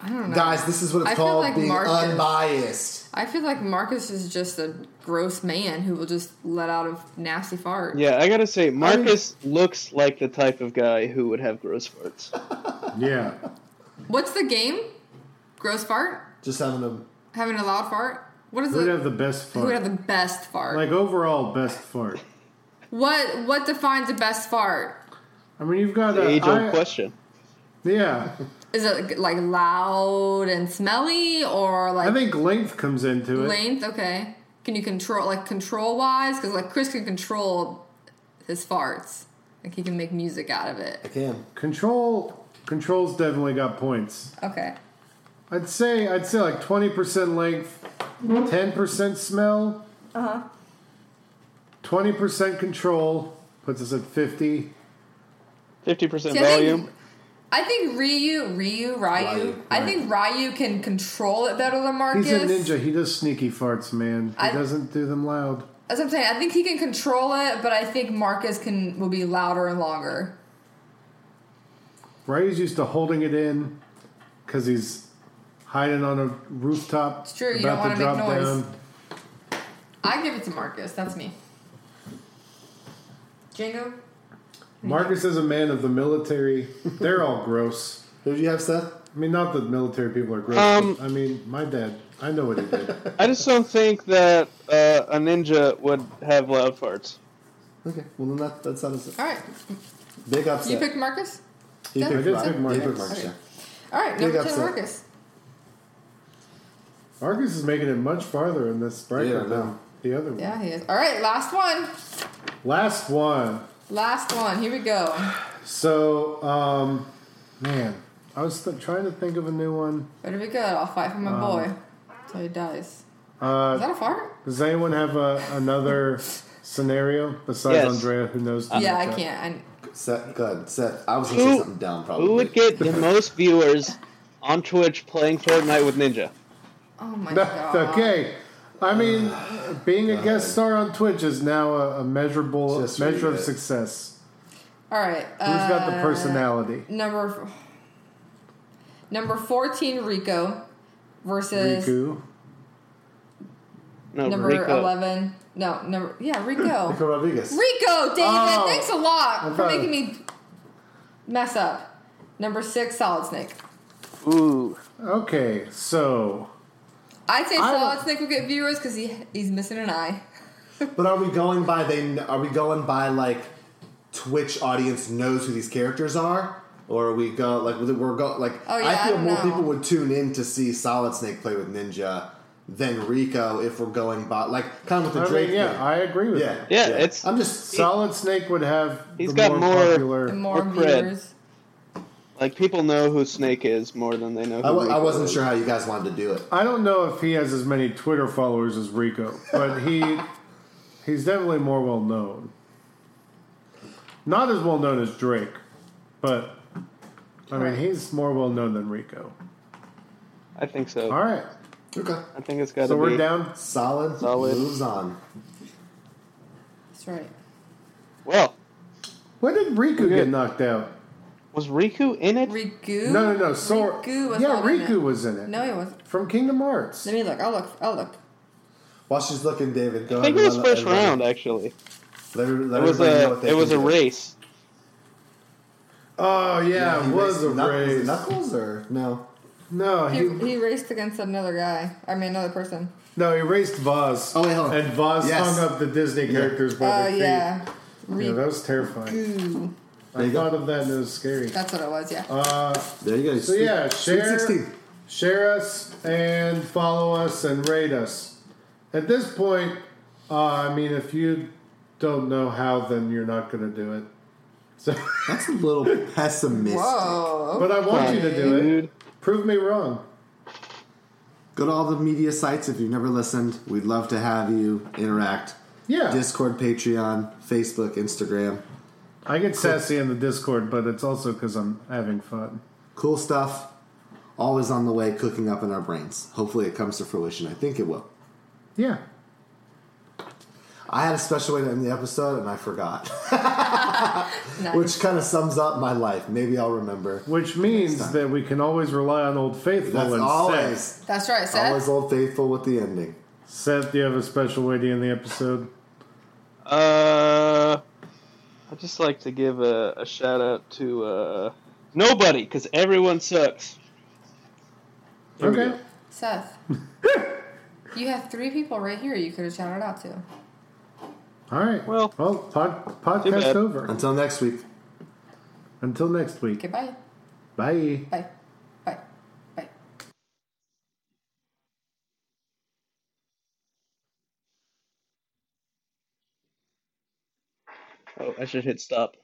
Speaker 3: I don't know.
Speaker 4: guys, this is what it's
Speaker 3: I feel
Speaker 4: called
Speaker 3: like
Speaker 4: being
Speaker 3: Marcus-
Speaker 4: unbiased.
Speaker 3: I feel like Marcus is just a gross man who will just let out a nasty fart.
Speaker 2: Yeah, I gotta say, Marcus looks like the type of guy who would have gross farts.
Speaker 3: <laughs>
Speaker 1: Yeah.
Speaker 3: What's the game? Gross fart?
Speaker 4: Just having a
Speaker 3: Having a loud fart? What is
Speaker 1: Who would
Speaker 3: it?
Speaker 1: have the best
Speaker 3: Who would
Speaker 1: fart?
Speaker 3: have the best fart?
Speaker 1: like, overall, best fart.
Speaker 3: what What defines the best fart?
Speaker 1: I mean, you've got
Speaker 2: The
Speaker 1: a.
Speaker 2: age old
Speaker 1: I-
Speaker 2: question.
Speaker 1: Yeah.
Speaker 3: Is it like loud and smelly, or like
Speaker 1: I think length comes into it.
Speaker 3: length okay can you control like control wise because like chris can control his farts like he can make music out of it
Speaker 4: Damn.
Speaker 1: Control controls definitely got points.
Speaker 3: okay
Speaker 1: I'd say I'd say like twenty percent length, ten percent smell, Uh
Speaker 3: Uh-huh.
Speaker 1: huh. Twenty percent control puts us at fifty.
Speaker 2: Fifty percent
Speaker 3: See, I think-
Speaker 2: volume.
Speaker 3: I think Ryu, Ryu, Ryu.
Speaker 4: Ryu,
Speaker 3: I
Speaker 4: right.
Speaker 3: think Ryu can control it better than Marcus.
Speaker 1: He's a ninja. He does sneaky farts, man. He
Speaker 3: I-
Speaker 1: doesn't do them loud.
Speaker 3: That's what I'm saying. I think he can control it, but I think Marcus can will be louder and longer.
Speaker 1: Ryu's used to holding it in because he's hiding on a rooftop. It's
Speaker 3: true, you don't wanna make noise. I give it to Marcus. That's me. Django.
Speaker 1: Marcus is a man of the military. They're all gross.
Speaker 4: Who do you have, Seth?
Speaker 1: I mean, not that military people are gross.
Speaker 2: Um,
Speaker 1: but, I mean, my dad. I know what he did.
Speaker 2: <laughs> I just don't think that uh, a ninja would have loud farts.
Speaker 4: Okay, well then that, that's how it's
Speaker 3: All right,
Speaker 4: big upset.
Speaker 3: you picked Marcus.
Speaker 4: He
Speaker 3: Yeah.
Speaker 4: picked
Speaker 3: I did
Speaker 4: Mark.
Speaker 1: pick Mark.
Speaker 4: He picked Mark,
Speaker 3: Okay.
Speaker 4: yeah.
Speaker 3: All right, number
Speaker 4: Big
Speaker 3: ten,
Speaker 4: upset.
Speaker 3: Marcus.
Speaker 1: Marcus is making it much farther in this bracket
Speaker 4: Yeah, I
Speaker 1: than
Speaker 4: know.
Speaker 1: the other one.
Speaker 3: Yeah, he is. All right, last one.
Speaker 1: Last one.
Speaker 3: Last one. Here we go.
Speaker 1: So, um, man, I was th- trying to think of a new one.
Speaker 3: Where do we go? I'll fight for my boy till he dies. Is
Speaker 1: Um, Uh,
Speaker 3: that a fart?
Speaker 1: does anyone have a, another scenario besides
Speaker 2: Yes.
Speaker 1: Andrea, who knows? the
Speaker 3: Yeah, I
Speaker 1: matchup?
Speaker 3: can't.
Speaker 4: Seth, go ahead. Seth, I was gonna say
Speaker 2: Who-
Speaker 4: something down probably.
Speaker 2: Who would get
Speaker 4: <laughs>
Speaker 2: the most viewers on Twitch playing Fortnite with Ninja?
Speaker 3: I, oh my
Speaker 1: That's <laughs>
Speaker 3: god.
Speaker 1: okay. I mean, being a guest star on Twitch is now a, a measurable
Speaker 4: Uh, Just read
Speaker 1: measure of
Speaker 4: it.
Speaker 1: success.
Speaker 3: All right.
Speaker 1: Who's got the
Speaker 3: uh,
Speaker 1: personality?
Speaker 3: Number f- number fourteen, Rico versus
Speaker 1: Riku.
Speaker 2: No,
Speaker 3: number
Speaker 2: Rico.
Speaker 3: eleven. No, number yeah,
Speaker 4: Rico
Speaker 3: Rico.
Speaker 4: Rodriguez.
Speaker 3: Rico, David,
Speaker 1: Oh.
Speaker 3: thanks a lot
Speaker 1: I
Speaker 3: for
Speaker 1: thought-
Speaker 3: making me mess up. Number six, Solid Snake.
Speaker 2: Ooh.
Speaker 1: Okay, so
Speaker 3: I'd say
Speaker 1: I
Speaker 3: Solid
Speaker 1: don't-
Speaker 3: Snake will get viewers because he he's missing an eye.
Speaker 4: But are we going by they? Are we going by like Twitch audience knows who these characters are, or are we go like we're go like?
Speaker 3: Oh, yeah,
Speaker 4: I
Speaker 3: I
Speaker 4: feel
Speaker 3: don't
Speaker 4: more
Speaker 3: know.
Speaker 4: people would tune in to see Solid Snake play with Ninja than Rico if we're going by like kind of with
Speaker 1: I
Speaker 4: the Drake.
Speaker 1: mean, yeah,
Speaker 4: thing.
Speaker 1: I agree with
Speaker 4: yeah,
Speaker 1: that.
Speaker 2: Yeah, it's-
Speaker 4: I'm just
Speaker 1: Solid Snake would have
Speaker 2: He's
Speaker 1: the
Speaker 2: got
Speaker 1: more,
Speaker 2: more-
Speaker 1: popular.
Speaker 3: And more
Speaker 2: Or cred.
Speaker 3: viewers.
Speaker 2: Like people know who Snake is more than they know. Who
Speaker 4: I, wa-
Speaker 2: Rico
Speaker 4: I wasn't
Speaker 2: is.
Speaker 4: sure how you guys wanted to do it.
Speaker 1: I don't know if he has as many Twitter followers as Rico, but he he's definitely more well known. Not as well known as Drake, but I mean
Speaker 3: Right.
Speaker 1: he's more well known than Rico.
Speaker 2: I think so.
Speaker 1: All right,
Speaker 4: Okay,
Speaker 2: I think it's got to
Speaker 1: so
Speaker 2: be.
Speaker 1: we're down.
Speaker 4: solid,
Speaker 2: Solid.
Speaker 4: moves on.
Speaker 3: That's right.
Speaker 2: Well,
Speaker 1: When did Riku get knocked out?
Speaker 2: was Riku in it?
Speaker 3: Riku.
Speaker 1: No, no, no. Sora.
Speaker 3: Riku was
Speaker 1: yeah,
Speaker 3: not in
Speaker 1: Riku
Speaker 3: it.
Speaker 1: was in it.
Speaker 3: No, he wasn't.
Speaker 1: From Kingdom Hearts.
Speaker 3: Let me look. I'll look. I'll look.
Speaker 4: While she's looking, David, go
Speaker 2: I think it
Speaker 4: ahead.
Speaker 2: was
Speaker 4: and let-
Speaker 2: first
Speaker 4: let-
Speaker 2: round actually.
Speaker 4: Let, her-
Speaker 2: It
Speaker 4: let
Speaker 2: was
Speaker 4: everybody know
Speaker 2: a
Speaker 4: what they
Speaker 2: it was
Speaker 4: can
Speaker 2: a
Speaker 4: do.
Speaker 2: race.
Speaker 1: Oh yeah,
Speaker 4: he
Speaker 1: it was
Speaker 4: raced
Speaker 1: a
Speaker 4: Knuckles. Was it
Speaker 1: race.
Speaker 4: Knuckles or no?
Speaker 1: No,
Speaker 3: He,
Speaker 1: he
Speaker 3: he raced against another guy. I mean, another person.
Speaker 1: no he raced Vaz.
Speaker 4: Oh, wait, hold on.
Speaker 1: And Vaz
Speaker 4: Yes.
Speaker 1: hung up the Disney characters
Speaker 3: Oh,
Speaker 1: by their feet.
Speaker 3: yeah.
Speaker 1: Yeah, that
Speaker 3: Riku.
Speaker 1: was terrifying.
Speaker 4: There
Speaker 1: I
Speaker 4: you go.
Speaker 1: thought of that and it was scary.
Speaker 3: That's what it was, yeah.
Speaker 1: Uh,
Speaker 4: There you go.
Speaker 1: so yeah,
Speaker 4: Sweet
Speaker 1: share,
Speaker 4: 16.
Speaker 1: share us and follow us and rate us. At this point, uh, I mean, if you don't know how, then you're not going to do it. So,
Speaker 4: That's
Speaker 1: <laughs>
Speaker 4: a little pessimistic.
Speaker 3: Whoa.
Speaker 1: but I want you to do it.
Speaker 2: Dude,
Speaker 1: Prove me wrong.
Speaker 4: Go to all the media sites if you've never listened. We'd love to have you interact.
Speaker 1: Yeah,
Speaker 4: Discord, Patreon, Facebook, Instagram.
Speaker 1: I get sassy in the Discord, but it's also because I'm having fun.
Speaker 4: Cool stuff. Always on the way, cooking up in our brains. Hopefully, it comes to fruition. I think it will.
Speaker 1: Yeah.
Speaker 4: I had a special way to end the episode, and
Speaker 1: <laughs>
Speaker 4: I forgot,
Speaker 3: Nice.
Speaker 4: which kind of sums up my life. Maybe I'll remember.
Speaker 1: Which means that we can always rely on Old Faithful
Speaker 4: That's
Speaker 1: and
Speaker 4: always,
Speaker 1: Seth.
Speaker 3: That's right, Seth.
Speaker 4: always old faithful with the ending.
Speaker 1: Seth, do you have a special way to end the episode?
Speaker 2: uh, I'd just like to give a, a shout out to uh, nobody because everyone sucks. There we
Speaker 1: Okay.
Speaker 2: go.
Speaker 3: Seth. you have three people right here you could have shouted out to.
Speaker 1: All right.
Speaker 2: Well,
Speaker 1: well pod, podcast
Speaker 2: bad.
Speaker 1: over.
Speaker 4: Until next week.
Speaker 1: Until next week.
Speaker 3: Okay, bye.
Speaker 1: Bye.
Speaker 3: Bye. Bye. Bye.
Speaker 2: Oh, I should hit stop.